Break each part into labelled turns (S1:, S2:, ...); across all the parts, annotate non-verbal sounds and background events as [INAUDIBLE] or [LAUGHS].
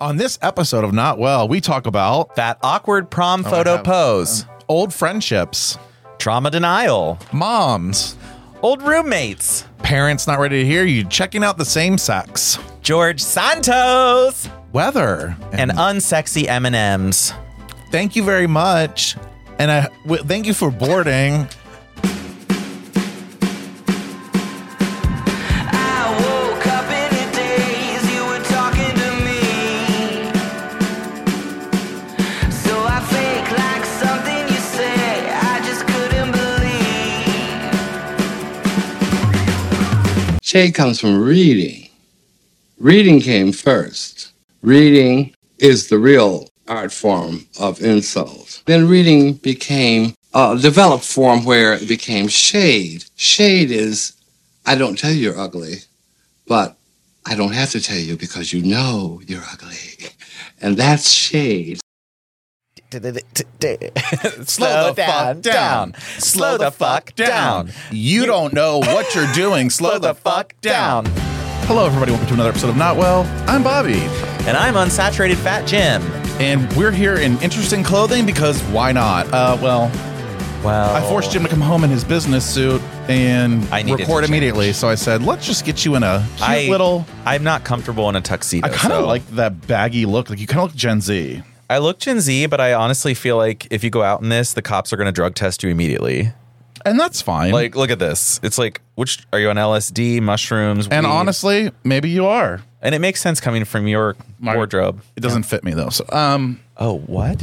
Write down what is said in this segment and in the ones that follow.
S1: On this episode of Not Well, we talk about
S2: That awkward prom photo
S1: Oh, have- uh.
S2: pose,
S1: old friendships,
S2: trauma denial,
S1: moms,
S2: old roommates,
S1: parents not ready to hear you, checking out the same sex,
S2: George Santos,
S1: weather,
S2: and unsexy M&Ms.
S1: thank you very much. And I w- thank you for boarding.
S3: I woke up in a daze. You were talking to me, so I fake like something you said. I just couldn't believe.
S4: Shade comes from reading. Reading came first. Reading is the real art form of insult. Then reading became a developed form where it became shade. Shade is, I don't tell you you're ugly, but I don't have to tell you because you know you're ugly. And that's shade.
S2: Slow the fuck down. Slow the fuck down.
S1: You don't know what you're
S2: [LAUGHS]
S1: doing. Slow the fuck down. Hello, everybody. Welcome to another episode of Not Well. I'm Bobby.
S2: And I'm unsaturated fat Jim.
S1: And we're here in interesting clothing because why not? Uh, well,
S2: Well,
S1: I forced Jim to come home in his business suit and
S2: I needed
S1: record
S2: to
S1: immediately. So I said, let's just get you in a cute
S2: I-
S1: little.
S2: I'm not comfortable in a tuxedo.
S1: I kind of
S2: so-
S1: like that baggy look. Like you kind of look Gen Z.
S2: I look Gen Z, but I honestly feel like if you go out in this, the cops are going to drug test you immediately.
S1: And that's fine.
S2: Like, look at this. It's like, which are you on LSD, mushrooms?
S1: and
S2: weed?
S1: honestly, maybe you are.
S2: and it makes sense coming from your
S1: My-
S2: wardrobe.
S1: It doesn't fit me though. So, um,
S2: Oh, what?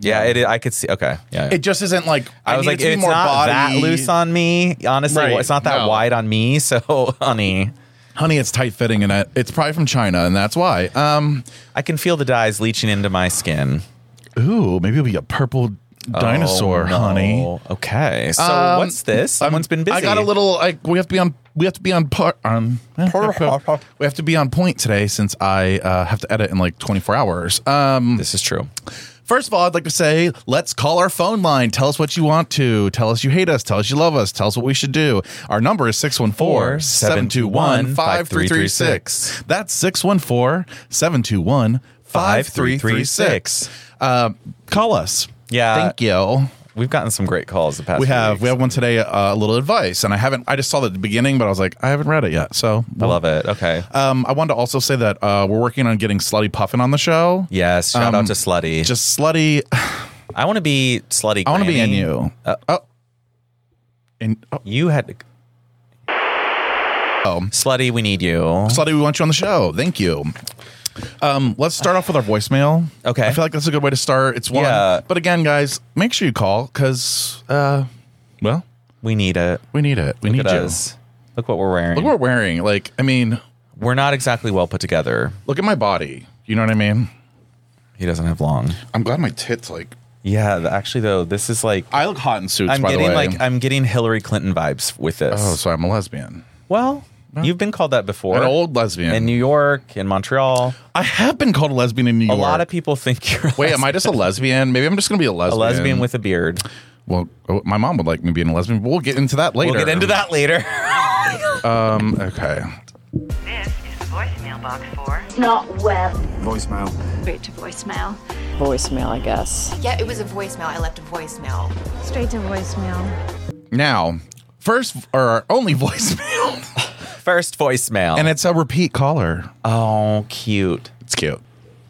S2: yeah, it, I could see. Okay, yeah.
S1: it just isn't like
S2: I, was
S1: need
S2: like,
S1: it to be
S2: it's
S1: more
S2: not
S1: body.
S2: that loose on me. Honestly,
S1: Right,
S2: it's not that
S1: no.
S2: wide on me. [LAUGHS] So, honey,
S1: Honey, it's tight fitting and it, it's probably from China, and that's why. Um,
S2: I can feel the dyes leaching into my skin.
S1: ooh, maybe it'll be a purple dinosaur,
S2: Oh, no.
S1: honey.
S2: Okay, so
S1: Um,
S2: what's this? Someone's been busy.
S1: I got a little. Like we have to be on. We have to be on par. On we have to be on point today since I uh, have to edit in like 24 hours. Um,
S2: This is true.
S1: first of all, I'd like to say let's call our phone line. Tell us what you want to. Tell us you hate us. Tell us you love us. Tell us what we should do. Our number is 614-721-5336. That's 614-721-5336. Uh, call us.
S2: Yeah.
S1: Thank you.
S2: We've gotten some great calls the past.
S1: We
S2: few
S1: have we
S2: weeks.
S1: have one today. Uh, a little advice, and I haven't. I just saw the beginning, but I was like, I haven't read it yet. So
S2: I love it. Okay.
S1: Um, I wanted to also say that uh, we're working on getting Slutty Puffin on the show.
S2: Yes. Shout
S1: um,
S2: out to Slutty.
S1: Just Slutty.
S2: I want to be Slutty.
S1: I want to be in
S2: Granny.
S1: you.
S2: Uh,
S1: oh, and oh,
S2: You had to.
S1: Oh.
S2: Slutty, we need you.
S1: Slutty, we want you on the show. Thank you. Um, let's start off with our voicemail.
S2: Okay.
S1: I feel like that's a good way to start. It's one.
S2: Yeah.
S1: But again, guys, make sure you call because, uh, well,
S2: We need it.
S1: we need it. We
S2: Look
S1: need
S2: at
S1: you.
S2: us. Look what we're wearing.
S1: Look what we're wearing. Like, I mean,
S2: we're not exactly well put together.
S1: look at my body. You know what I mean?
S2: He doesn't have long.
S1: I'm glad my tits like
S2: Yeah, th- actually though, this is like
S1: I look hot in suits.
S2: I'm
S1: by
S2: getting
S1: the way.
S2: like I'm getting Hillary Clinton vibes with this.
S1: oh, so I'm a lesbian,
S2: well, you've been called that before.
S1: an old lesbian.
S2: in New York, in Montreal,
S1: I have been called a lesbian in New
S2: a
S1: York.
S2: lot of people think you're a
S1: Wait, am I just a lesbian? Maybe I'm just gonna be a
S2: a
S1: lesbian.
S2: lesbian with a beard.
S1: Well, oh, my mom would like me being a lesbian. But we'll get into that later.
S2: We'll get into that later. [LAUGHS]
S1: Um. Okay.
S5: This is voicemail box for
S6: Not well.
S7: voicemail.
S6: Straight to voicemail.
S8: voicemail, I guess.
S9: Yeah, it was a voicemail. I left a voicemail.
S6: Straight to voicemail.
S1: Now, first or our only [LAUGHS] voicemail,
S2: First voicemail.
S1: and it's a repeat caller.
S2: oh, cute.
S1: It's cute.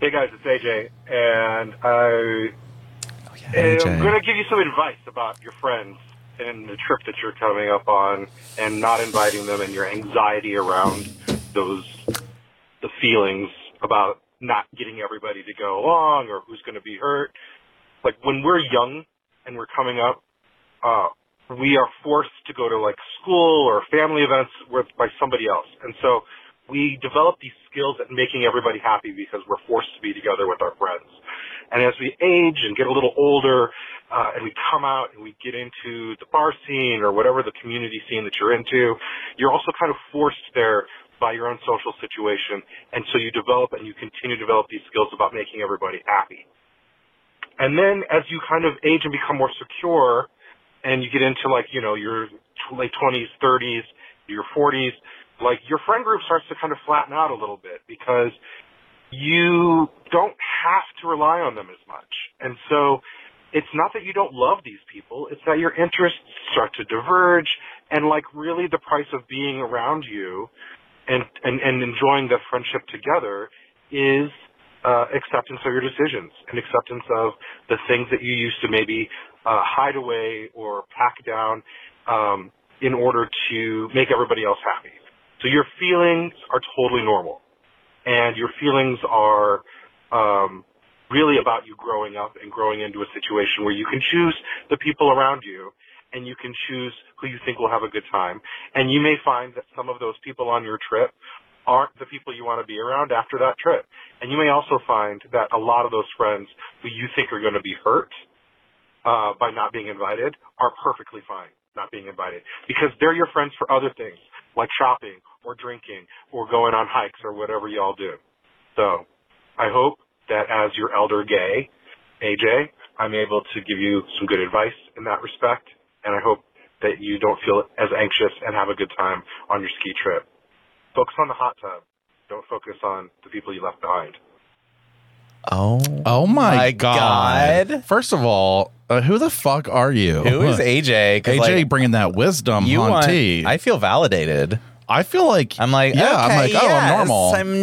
S10: Hey guys, it's AJ, and I
S2: AJ.
S10: am going to give you some advice about your friends and the trip that you're coming up on, and not inviting them, and your anxiety around those the feelings about not getting everybody to go along, or who's going to be hurt. Like when we're young and we're coming up, uh, we are forced to go to like school or family events with by somebody else, and so we develop these skills at making everybody happy because we're forced to be together with our friends. And as we age and get a little older, uh, and we come out and we get into the bar scene or whatever the community scene that you're into, you're also kind of forced there by your own social situation, and so you develop and you continue to develop these skills about making everybody happy. And then as you kind of age and become more secure, and you get into like you know your tw- late twenties, thirties, your forties, like your friend group starts to kind of flatten out a little bit because you don't have to rely on them as much. And so it's not that you don't love these people, it's that your interests start to diverge and like really the price of being around you and, and, and enjoying the friendship together is uh, acceptance of your decisions and acceptance of the things that you used to maybe uh, hide away or pack down um, in order to make everybody else happy. So your feelings are totally normal, and your feelings are um, really about you growing up and growing into a situation where you can choose the people around you and you can choose who you think will have a good time. And you may find that some of those people on your trip aren't the people you want to be around after that trip. And you may also find that a lot of those friends who you think are going to be hurt uh, by not being invited are perfectly fine not being invited because they're your friends for other things like shopping or drinking or going on hikes or whatever y'all do. So I hope that as your elder gay, AJ, I'm able to give you some good advice in that respect. And I hope that you don't feel as anxious and have a good time on your ski trip. Focus on the hot tub. Don't focus on the people you left behind.
S2: Oh.
S1: Oh my,
S2: My
S1: god.
S2: God.
S1: First of all, uh, who the fuck are you?
S2: Who is AJ? 'Cause,
S1: AJ
S2: like,
S1: bringing that wisdom
S2: you
S1: on
S2: want,
S1: tea?
S2: I feel validated.
S1: I feel like
S2: I'm like,
S1: yeah. I'm
S2: okay,
S1: like, oh,
S2: yes,
S1: I'm normal.
S2: I'm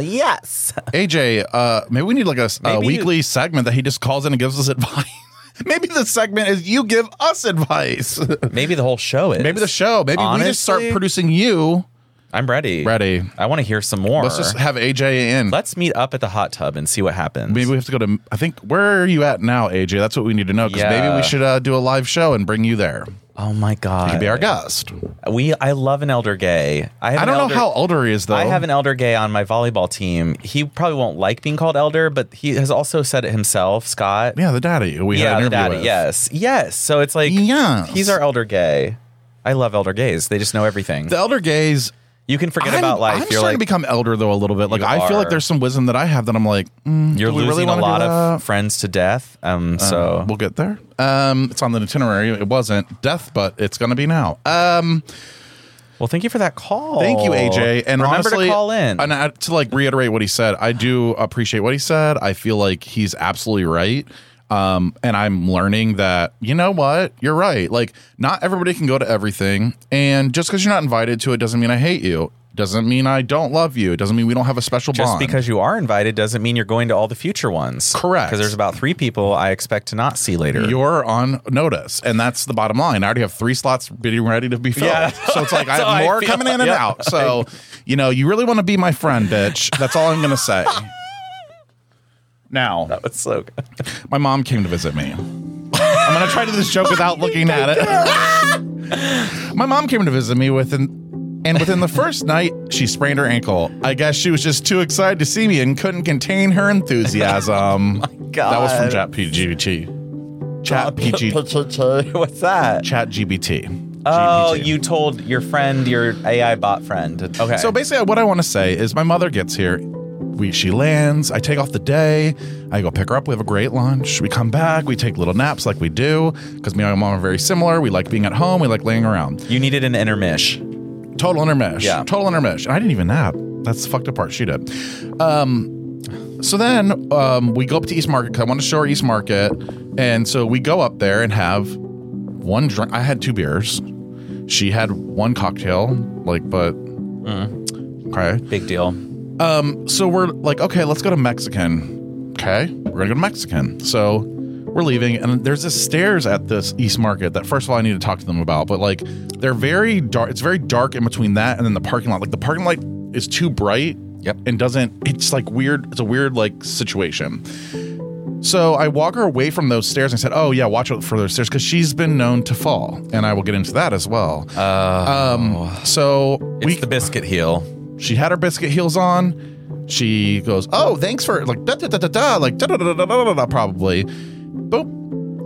S1: [LAUGHS]
S2: Yes.
S1: AJ, uh, maybe we need like a, s- a
S2: Maybe you-
S1: weekly segment that he just calls in and gives us [LAUGHS] advice. maybe the segment is you give us
S2: [LAUGHS]
S1: advice.
S2: Maybe the whole show is.
S1: maybe the show. Maybe we just start
S2: Honestly?
S1: producing you.
S2: I'm ready.
S1: Ready.
S2: I want to hear some more.
S1: Let's just have AJ in.
S2: Let's meet up at the hot tub and see what happens.
S1: Maybe we have to go to. I think where are you at now, AJ? That's what we need to know because maybe
S2: Yeah.
S1: we should uh, do a live show and bring you there.
S2: oh my god.
S1: You can be our guest.
S2: We I love an elder gay. I, have
S1: I
S2: an
S1: don't
S2: elder-
S1: know how older he is though.
S2: I have an elder gay on my volleyball team. He probably won't like being called elder, but he has also said it himself, Scott.
S1: Yeah, the daddy. We had an
S2: the
S1: interview
S2: daddy,
S1: with.
S2: Yes. Yes. So it's like
S1: Yes.
S2: he's our elder gay. I love elder gays. They just know everything.
S1: The elder gays.
S2: you can forget
S1: I'm,
S2: about life.
S1: I'm
S2: you're
S1: starting
S2: like
S1: to become elder though a little bit. Like
S2: You
S1: I feel like
S2: are.
S1: there's some wisdom that I have that I'm like mm,
S2: you're
S1: do we
S2: losing
S1: really
S2: a
S1: wanna do
S2: lot
S1: that? Uh,
S2: of friends to death. Um so
S1: we'll get there. Um, it's on the itinerary. It wasn't death, but it's gonna be now. Um,
S2: Well, thank you for that call.
S1: thank you, AJ. And
S2: remember
S1: honestly,
S2: to call in.
S1: And I, to like reiterate what he said, I do appreciate what he said. I feel like he's absolutely right. Um, and I'm learning that you know what, you're right. Like, not everybody can go to everything, and just because you're not invited to it doesn't mean I hate you. Doesn't mean I don't love you. It doesn't mean we don't have a special
S2: Just
S1: bond.
S2: because you are invited doesn't mean you're going to all the future ones.
S1: Correct.
S2: Because there's about three people I expect to not see later. [LAUGHS]
S1: You're on notice, and that's the bottom line. I already have three slots being ready to be filled,
S2: Yeah.
S1: so it's like I
S2: [LAUGHS] That's how
S1: have
S2: I
S1: more
S2: feel.
S1: coming in and
S2: Yeah.
S1: out. So, you know, you really want to be my friend, bitch. That's all I'm gonna say. Now,
S2: That's so good. [LAUGHS]
S1: my mom came to visit me. I'm gonna try to do this joke
S2: [LAUGHS]
S1: without looking at it. [LAUGHS] my mom came to visit me with an. And within the first night, she sprained her ankle. I guess she was just too excited to see me and couldn't contain her
S2: [LAUGHS]
S1: enthusiasm. That was from
S2: Oh God. Uh,
S1: Chat PGT. Chat PG.
S2: What's that?
S1: Chat GBT.
S2: Oh, you told your friend, your AI bot friend. Okay.
S1: So basically, what I want to say is, my mother gets here. We she lands. I take off the day. I go pick her up. We have a great lunch. We come back. We take little naps like we do because me and my mom are very similar. We like being at home. We like laying around.
S2: you needed an intermish.
S1: Total intermesh.
S2: Yeah.
S1: Total intermesh. And I didn't even nap. That's the fucked up part. She did. Um. So then um, we go up to East Market because I want to show her East Market, and so we go up there and have one drink. I had two beers. She had one cocktail. Like, but okay.
S2: Big deal.
S1: Um, so we're like, okay, let's go to Mexican. Okay, we're gonna go to Mexican. So we're leaving, and there's this stairs at this East Market that first of all I need to talk to them about, but like they're very dark. It's very dark in between that and then the parking lot. Like the parking lot is too bright.
S2: Yep.
S1: And doesn't. It's like weird. It's a weird like situation. So I walk her away from those stairs and I said, "Oh yeah, watch out for those stairs because she's been known to fall." And I will get into that as well. um. So
S2: Oh. It's the biscuit heel.
S1: she had her biscuit heels on. She goes, "Oh, thanks for like da da da da da like da da da da da da, da probably." Boop.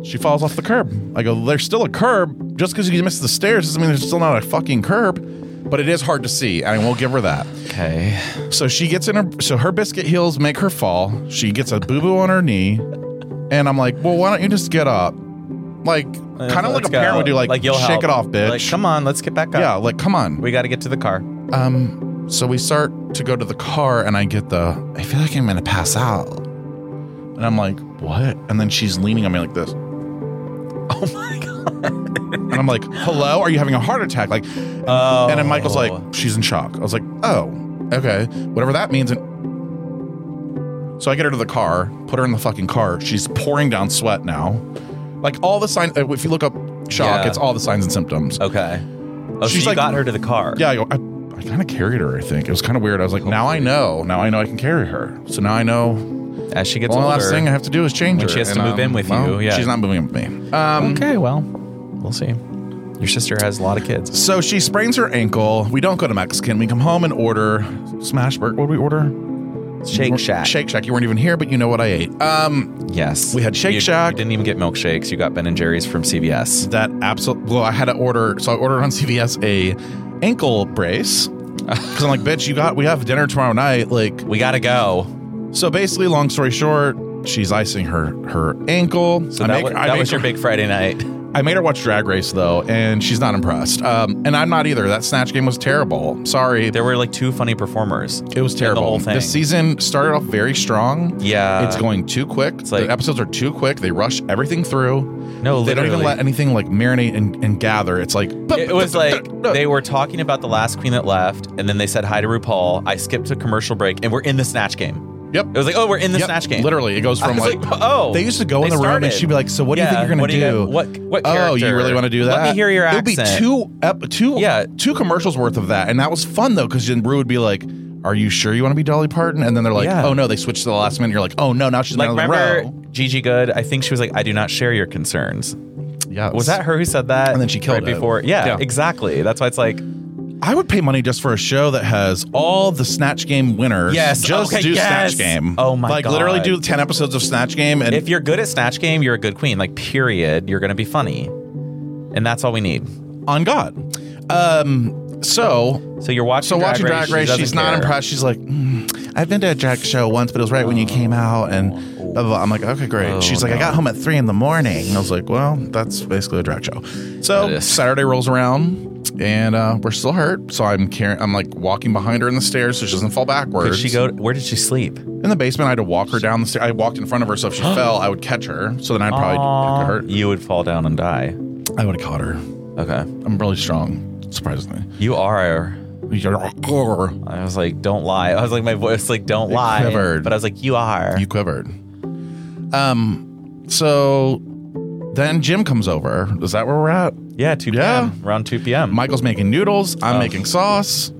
S1: She falls off the curb. I go, "There's still a curb. Just because you missed the stairs doesn't mean there's still not a fucking curb." But it is hard to see, and I won't give her that.
S2: Okay.
S1: So she gets in her so her biscuit heels make her fall. She gets a boo boo on her knee, and I'm like, "Well, why don't you just get up?" Like, kind of like
S2: Let's
S1: a parent
S2: go.
S1: would do. Like,
S2: you'll
S1: shake
S2: help.
S1: it off, bitch.
S2: Like, come on, let's get back up.
S1: yeah, like come on.
S2: We got to get to the car.
S1: Um, so we start to go to the car, and I get the, I feel like I'm gonna pass out, and I'm like, what? And then she's leaning on me like this. [LAUGHS]
S2: Oh my god.
S1: And I'm like, hello, are you having a heart attack? Like,
S2: Oh.
S1: and then Michael's like, she's in shock. I was like, oh, okay, whatever that means. And so I get her to the car, put her in the fucking car. She's pouring down sweat now. Like all the signs, if you look up shock,
S2: Yeah.
S1: it's all the signs and symptoms.
S2: okay. Oh,
S1: She's
S2: she's so
S1: like-
S2: you got her to the car.
S1: Yeah, I, go, I, I kind of carried her, I think. It was kind of weird. I was like, now I know. Now I know I can carry her. So now I know
S2: As she
S1: the
S2: gets
S1: only
S2: older.
S1: last thing I have to do is change
S2: When
S1: her.
S2: she has to move in with you, yeah.
S1: She's not moving in with me. Um,
S2: okay, well, we'll see. Your sister has a lot of kids.
S1: So she sprains her ankle. We don't go to Mexican. We come home and order Smash Burger. What did we order?
S2: Shake Shack.
S1: Shake Shack. You weren't even here, but you know what I ate. Um,
S2: Yes.
S1: We had Shake
S2: You-
S1: Shack.
S2: You didn't even get milkshakes. You got Ben and Jerry's from CVS.
S1: that absolutely. Well, I had to order. So I ordered on [LAUGHS] CVS a ankle
S2: [LAUGHS]
S1: brace because I'm like, bitch, you got. We have dinner tomorrow night. Like,
S2: We gotta go.
S1: so basically, long story short, she's icing her her ankle.
S2: So that, wa- that was
S1: her-
S2: your big Friday night.
S1: I made her watch Drag Race though, and she's not impressed. Um, and I'm not either. That snatch game was terrible. Sorry,
S2: There were like two funny performers.
S1: it was
S2: in The
S1: terrible.
S2: whole
S1: The,
S2: thing.
S1: season started off very strong.
S2: Yeah.
S1: it's going too quick.
S2: like-
S1: the episodes are too quick. They rush everything through.
S2: No,
S1: They don't even
S2: literally.
S1: let anything like marinate and, and gather. It's like
S2: [LAUGHS]
S1: [LAUGHS]
S2: It was like they were talking about the last queen that left, and then they said hi to RuPaul. I skipped a commercial break, and we're in the snatch game.
S1: yep.
S2: It was like, oh, we're in the
S1: Yep.
S2: snatch game.
S1: Literally, it goes
S2: I [LAUGHS]
S1: from
S2: was
S1: like,
S2: like, oh,
S1: they used to go in
S2: they
S1: the room and
S2: started.
S1: she'd be like, "So what do you
S2: Yeah,
S1: think you're gonna
S2: what
S1: do?
S2: do you gonna- what- what
S1: oh, you
S2: character?
S1: really want to do
S2: Let
S1: that?
S2: me hear your
S1: It'd be
S2: accent.
S1: two ep- two
S2: Yeah.
S1: two commercials worth of that, and that was fun though because then Rue would be like. Are you sure you want to be Dolly Parton? And then they're like,
S2: Yeah.
S1: "Oh no!" They switched to the last minute. You're like, "Oh no!" Now she's
S2: like
S1: Marilyn
S2: remember
S1: Monroe.
S2: Gigi Good? I think she was like, I do not share your concerns.
S1: Yeah,
S2: Was that her who said that?
S1: And then she killed
S2: right
S1: it.
S2: before. Yeah,
S1: Yeah.
S2: exactly. That's why it's like
S1: I would pay money just for a show that has all the Snatch Game winners.
S2: Yes,
S1: just
S2: okay,
S1: do
S2: yes.
S1: Snatch Game.
S2: Oh my
S1: like, literally
S2: God.
S1: do ten episodes of Snatch Game, and
S2: if you're good at snatch game, you're a good queen. Like period, you're gonna be funny, and that's all we need.
S1: on God. Um, so
S2: So you're watching.
S1: so
S2: drag
S1: watching
S2: race,
S1: Drag Race,
S2: doesn't
S1: she's not
S2: care.
S1: impressed. She's like, "Mm, I've been to a drag show once, but it was right when you came out, and blah, blah, blah." I'm like, okay, great.
S2: Oh,
S1: she's like, I got home at three in the morning. And I was like, well, that's basically a drag show. So
S2: That is.
S1: Saturday rolls around, and uh, we're still hurt. So I'm carrying, I'm like walking behind her in the stairs so she doesn't fall
S2: Could
S1: backwards.
S2: she go? Where did she sleep?
S1: In the basement, I had to walk her down the stairs. I walked in front of her, so
S2: [GASPS]
S1: if she fell, I would catch her. So then I'd probably
S2: Aw,
S1: hurt.
S2: You would fall down and die.
S1: I would have caught her.
S2: Okay,
S1: I'm really strong, surprisingly.
S2: you are.
S1: You
S2: I was like, don't lie. I was like, my voice, like, don't lie.
S1: quivered.
S2: But I was like, you are.
S1: quivered. Um, so then Jim comes over. Is that where we're at?
S2: yeah, two p.m.
S1: Yeah.
S2: Around two p.m.
S1: Michael's making noodles. I'm
S2: Oh.
S1: making sauce.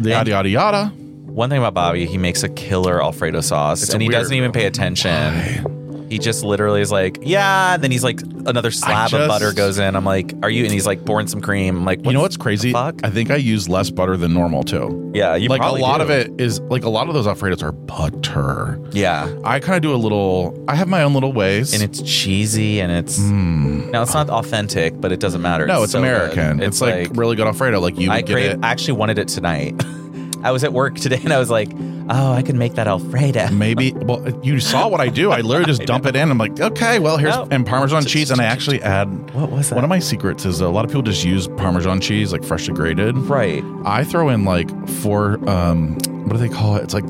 S1: Yada yada yada.
S2: One thing about Bobby, he makes a killer Alfredo sauce,
S1: It's a
S2: and he
S1: weird-
S2: doesn't even pay attention. He just literally is like, yeah. And then he's like, another slab
S1: just-
S2: of butter goes in. I'm like, are you? And he's like, pouring some cream. I'm like,
S1: You know what's crazy?
S2: fuck?
S1: I think I use less butter than normal too.
S2: Yeah, you
S1: like a
S2: probably
S1: lot
S2: do.
S1: of it is like a lot of those alfredos are butter.
S2: Yeah.
S1: I kind of do a little. I have my own little ways.
S2: And it's cheesy and it's now it's not authentic, but it doesn't matter.
S1: Hmm. No, it's
S2: so
S1: American.
S2: good.
S1: It's, like, really good Alfredo. Like you
S2: I
S1: would get
S2: crave,
S1: it.
S2: I actually wanted it tonight. [LAUGHS] I was at work today and I was like, oh, I can make
S1: [LAUGHS]
S2: that Alfredo.
S1: Maybe. Well, you saw what I do. I literally
S2: [LAUGHS]
S1: just dump it in. I'm like, okay, well here's
S2: No.
S1: and Parmesan cheese, and I actually add.
S2: What was that?
S1: One of my secrets is a lot of people just use Parmesan cheese, like freshly grated.
S2: Right.
S1: I throw in like four. Um, what do they call it? It's like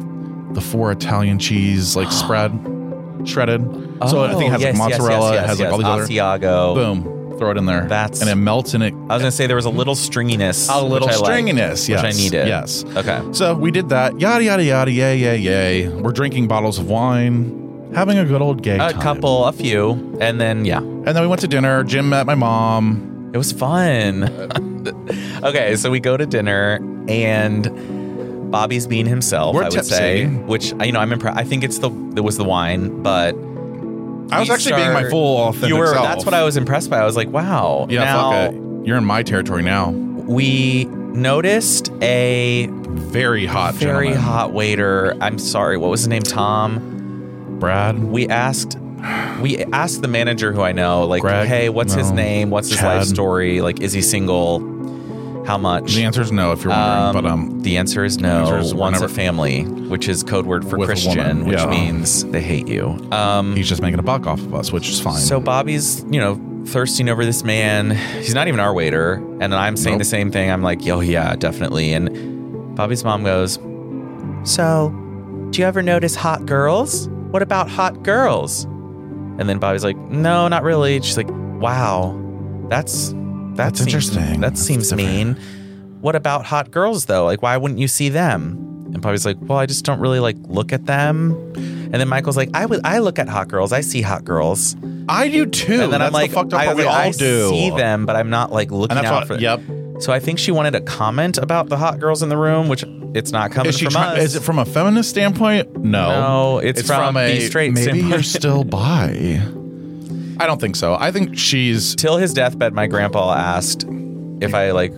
S1: the four Italian cheese
S2: [GASPS]
S1: like spread, shredded. so I think it has
S2: Oh, yes, yes,
S1: like mozzarella.
S2: yes,
S1: it has
S2: yes,
S1: like all these
S2: Asiago.
S1: other. Boom. Throw it in there.
S2: That's-
S1: and it melts and it.
S2: I was gonna say there was a little stringiness.
S1: A little
S2: which I liked,
S1: stringiness, yes,
S2: Which I needed.
S1: yes.
S2: Okay.
S1: So we did that. Yada yada yada. Yay yay yay. We're drinking bottles of wine, having a good old gay
S2: A
S1: time.
S2: couple, a few, and then yeah.
S1: And then we went to dinner. Jim met my mom.
S2: It was fun. [LAUGHS] okay, so we go to dinner and Bobby's being himself,
S1: We're
S2: I would
S1: tipsy.
S2: say, which I- you know, I'm impressed. I think it's the it was the wine, but
S1: I was
S2: we
S1: actually being my
S2: start-
S1: full authentic
S2: You were
S1: self.
S2: that's what I was impressed by. I was like, wow.
S1: Yeah,
S2: now
S1: fuck it. You're in my territory now.
S2: we noticed a
S1: Very hot,
S2: very
S1: gentleman.
S2: hot waiter. I'm sorry, what was his name? Tom.
S1: Brad.
S2: we asked we asked the manager who I know, like,
S1: Greg?
S2: hey, what's his
S1: No.
S2: name? What's his
S1: Chad?
S2: life story? Like, is he single? How much?
S1: The answer is no, if you're
S2: Um,
S1: wondering. but um,
S2: the answer is no.
S1: answer is we're
S2: One's a
S1: never-
S2: family, which is code word for
S1: With a
S2: Christian,
S1: woman,
S2: which
S1: yeah.
S2: means they hate you. Um,
S1: he's just making a buck off of us, which is fine.
S2: so Bobby's, you know, thirsting over this man. He's not even our waiter, and I'm saying
S1: Nope.
S2: the same thing. I'm like, yo, yeah, definitely. And Bobby's mom goes, So, do you ever notice hot girls? What about hot girls? And then Bobby's like, No, not really. She's like, Wow, that's
S1: That's
S2: that's
S1: interesting.
S2: That
S1: That's
S2: seems
S1: different."
S2: mean. What about hot girls though? Like, why wouldn't you see them? And Bobby's like, Well, I just don't really like look at them. And then Michael's like, I would I look at hot girls. I see hot girls.
S1: I do too.
S2: And then
S1: that's
S2: I'm like,
S1: the fucked up
S2: I,
S1: part we all
S2: I
S1: do.
S2: see them, but I'm not like looking
S1: and that's
S2: out
S1: what.
S2: for
S1: yep.
S2: so I think she wanted a comment about the hot girls in the room, which it's not coming
S1: Is she
S2: from
S1: try-
S2: us.
S1: Is it from a feminist standpoint? No.
S2: No, it's from the straight
S1: Maybe you're
S2: [LAUGHS] standpoint.
S1: still bi. I don't think so. I think she's.
S2: Till his deathbed, my grandpa asked if I like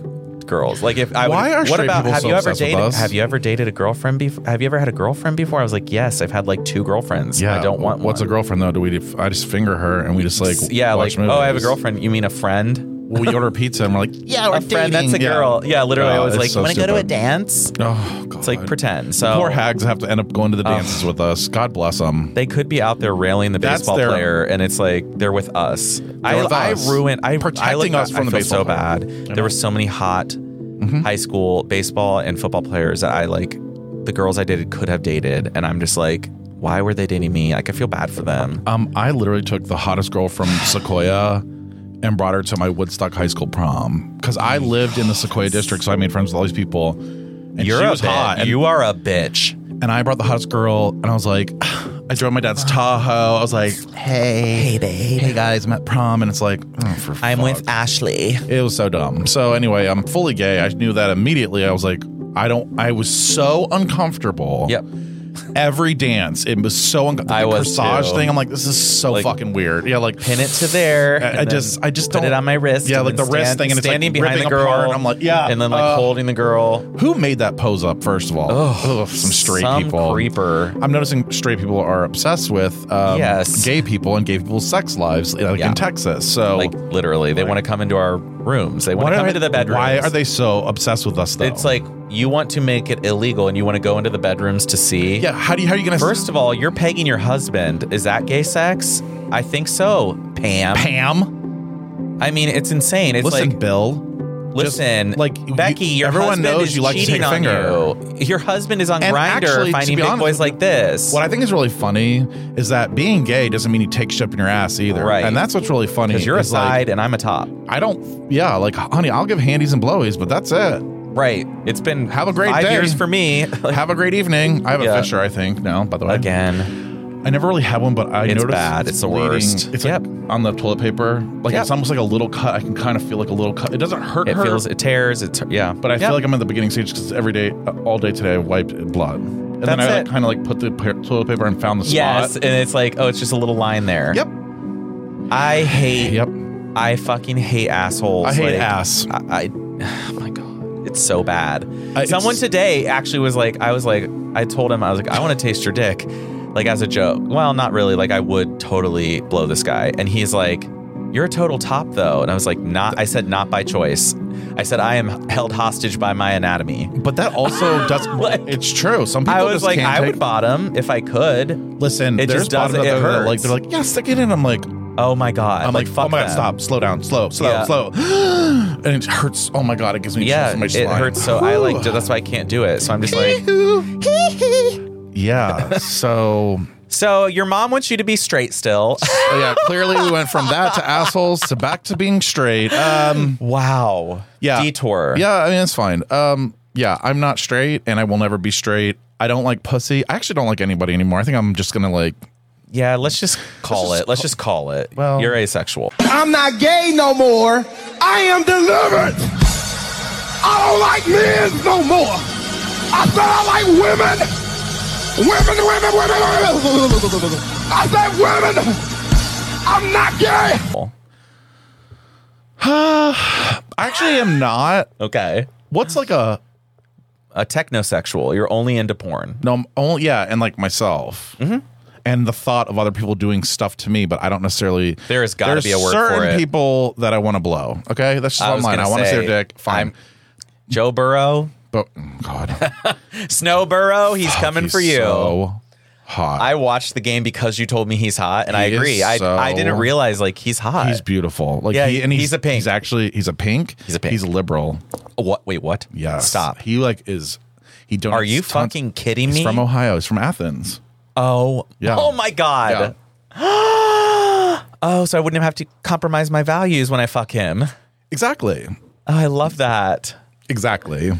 S2: girls. Like if I would-
S1: Why are
S2: what
S1: straight
S2: about
S1: people
S2: have
S1: so
S2: you ever
S1: obsessed with
S2: dated
S1: us?
S2: have you ever dated a girlfriend before? Have you ever had a girlfriend before? I was like, yes, I've had like two girlfriends.
S1: Yeah.
S2: I don't want
S1: What's
S2: one.
S1: a girlfriend though? Do we? I just finger her and we just like.
S2: yeah,
S1: watch
S2: like
S1: movies.
S2: oh, I have a girlfriend. You mean a friend?
S1: Well, we order pizza and we're like, yeah, we're
S2: [LAUGHS] a friend.
S1: dating.
S2: That's a
S1: Yeah.
S2: girl. Yeah, literally.
S1: Oh,
S2: I was
S1: it's
S2: like,
S1: so
S2: you want to go to a
S1: stupid.
S2: dance?
S1: Oh god.
S2: It's like pretend. So
S1: Poor hags have to end up going to the dances with us. God bless them.
S2: they could be out there railing the
S1: That's
S2: baseball
S1: their-
S2: player, and it's like they're with us. I,
S1: with
S2: I
S1: us.
S2: ruin. I I
S1: Protecting
S2: look
S1: us
S2: back-
S1: from
S2: I
S1: the
S2: feel so
S1: baseball player. Mm-hmm.
S2: bad. There were so many hot high school baseball and football players that I like. The girls I dated could have dated, and I'm just like, why were they dating me? Like I feel bad for them.
S1: Um, I literally took the hottest girl from Sequoia and brought her to my Woodstock High School prom because I lived in the Sequoia district, so I made friends with all these people. And
S2: You're
S1: she
S2: a
S1: was
S2: bit-
S1: hot. And,
S2: You are a bitch.
S1: and I brought the hottest girl, and I was like, [SIGHS] I drove my dad's Tahoe. I was like, hey, hey, babe. hey guys, I'm at prom, and it's like, oh, for
S2: I'm
S1: fuck's
S2: with Ashley.
S1: It was so dumb. So anyway, I'm fully gay. I knew that immediately. I was like, I don't. I was so uncomfortable.
S2: Yep.
S1: Every dance, it was so uncomfortable.
S2: I was
S1: corsage
S2: too.
S1: thing. I'm like, this is so
S2: Like,
S1: fucking weird. Yeah, like
S2: Pin it to there. and
S1: I, I
S2: then
S1: just, I just
S2: Put
S1: don't,
S2: it on my wrist.
S1: Yeah,
S2: and
S1: like the
S2: then
S1: wrist
S2: stand-
S1: thing, and it's
S2: standing
S1: like
S2: behind the
S1: ripping
S2: girl.
S1: apart, and I'm like, yeah,
S2: and then like
S1: uh,
S2: holding the girl.
S1: Who made that pose up? First of all, Ugh, some straight
S2: some
S1: people.
S2: creeper.
S1: I'm noticing straight people are obsessed with um,
S2: Yes.
S1: gay people and gay people's sex lives, like
S2: Yeah.
S1: in Texas. So,
S2: Like literally, they want to come into our rooms. They want
S1: why
S2: to come
S1: Oh. are-
S2: into the bedrooms.
S1: Why are they so obsessed with us? Though
S2: It's like you want to make it illegal, and you want to go into the bedrooms to see.
S1: yeah, how do you, how are you gonna
S2: First of all, you're pegging your husband. Is that gay sex? I think so, Pam.
S1: Pam?
S2: I mean, it's insane. It's
S1: Listen,
S2: like,
S1: Bill.
S2: listen,
S1: like,
S2: like Becky,
S1: you-
S2: your
S1: everyone
S2: husband
S1: knows
S2: is
S1: you like to
S2: cheating
S1: take a
S2: on
S1: finger.
S2: you. Your husband is on
S1: And
S2: Grinder
S1: actually, to
S2: finding
S1: be
S2: big
S1: honest
S2: boys
S1: with
S2: like this.
S1: What I think is really funny is that being gay doesn't mean you take shit up in your ass either.
S2: Right.
S1: And that's what's really funny.
S2: because you're a
S1: is, like,
S2: side and I'm a top.
S1: I don't, yeah, like, honey, I'll give handies and blowies, but that's
S2: [LAUGHS]
S1: it.
S2: Right. It's been
S1: Have a great
S2: five
S1: day.
S2: years for me. [LAUGHS]
S1: Have a great evening. I have
S2: Yeah.
S1: a Fisher, I think, now, by the way.
S2: Again.
S1: I never really had one, but I
S2: It's
S1: noticed
S2: bad. It's the
S1: bleeding.
S2: worst.
S1: It's
S2: Yep.
S1: like on the toilet paper. Like,
S2: Yep.
S1: it's almost like a little cut. I can kind of feel like a little cut. It doesn't hurt
S2: It
S1: her,
S2: feels, it tears, it, yeah.
S1: but I
S2: Yeah.
S1: feel like I'm at the beginning stage because every day, uh, all day today, I wiped blood. And then
S2: That's
S1: I
S2: it.
S1: kind of like put the pa- toilet paper and found the
S2: Yes,
S1: spot.
S2: and it's like, oh, it's just a little line there.
S1: Yep.
S2: I hate.
S1: Yep.
S2: I fucking hate assholes.
S1: I hate
S2: Like,
S1: ass.
S2: I, I. [SIGHS] Oh my god, it's so bad.
S1: I-
S2: Someone
S1: it's-
S2: today actually was like, I was like, I told him I was like, I want to taste your dick, like as a joke. Well, not really. Like I would totally blow this guy, and he's like, you're a total top though, and I was like, not. I said not by choice. I said I am held hostage by my anatomy.
S1: But that
S2: [LAUGHS]
S1: also does.
S2: Like-
S1: it's true. Some people
S2: I was
S1: just
S2: like,
S1: can't
S2: I
S1: take,
S2: would bottom if I could.
S1: listen.
S2: it
S1: there's
S2: just doesn't-
S1: bottom
S2: it
S1: that they're Like
S2: hurts.
S1: they're like, yeah, stick it in. I'm like,
S2: Oh my god.
S1: I'm like,
S2: fuck
S1: oh my god,
S2: them.
S1: stop, slow down, slow, slow,
S2: Yeah.
S1: slow, [GASPS] and it hurts. Oh my god, it gives me
S2: Yeah,
S1: chills in my
S2: it
S1: spine.
S2: hurts. So I like. That's why I can't do it. So I'm
S1: [LAUGHS]
S2: just like. [LAUGHS]
S1: yeah. So
S2: So your mom wants you to be straight still. [LAUGHS]
S1: yeah, clearly we went from that to assholes to back to being straight. Um,
S2: wow.
S1: yeah,
S2: Detour.
S1: Yeah, I mean it's fine. Um, yeah, I'm not straight, and I will never be straight. I don't like pussy. I actually don't like anybody anymore. I think I'm just gonna like
S2: Yeah. Let's just call it. let's just call it.
S1: Well-
S2: you're asexual.
S7: I'm not gay no more. I am delivered. I don't like men no more. I said I like women. Women, women, women, women. I said women. I'm not gay.
S1: I actually am not.
S2: Okay.
S1: What's like a
S2: A technosexual. You're only into porn.
S1: no? I'm only yeah, and like myself,
S2: Mm-hmm.
S1: and the thought of other people doing stuff to me, but I don't necessarily.
S2: There has gotta
S1: there's
S2: be a word
S1: certain
S2: for it.
S1: people that I want to blow. Okay, that's just
S2: I was
S1: online. I
S2: gonna
S1: want to see their
S2: say,
S1: dick. Fine,
S2: I'm- Joe Burrow.
S1: but oh,
S2: [LAUGHS]
S1: God,
S2: Snow Burrow. He's coming
S1: he's
S2: for you.
S1: So hot.
S2: I watched the game because you told me he's hot, and I
S1: He is
S2: agree. I,
S1: so-
S2: I didn't realize like he's hot.
S1: he's beautiful. Like
S2: Yeah,
S1: he, and he's,
S2: he's a pink.
S1: He's actually he's a pink.
S2: He's a pink.
S1: He's liberal.
S2: what? Wait, what?
S1: Yes.
S2: Stop.
S1: He like is. He donates.
S2: Are you
S1: tons-
S2: fucking kidding
S1: He's
S2: me?
S1: from Ohio. He's from Athens.
S2: oh,
S1: Yeah.
S2: oh my god. oh, so I wouldn't have to compromise my values when I fuck him. Oh,
S1: Exactly.
S2: I love that.
S1: Exactly.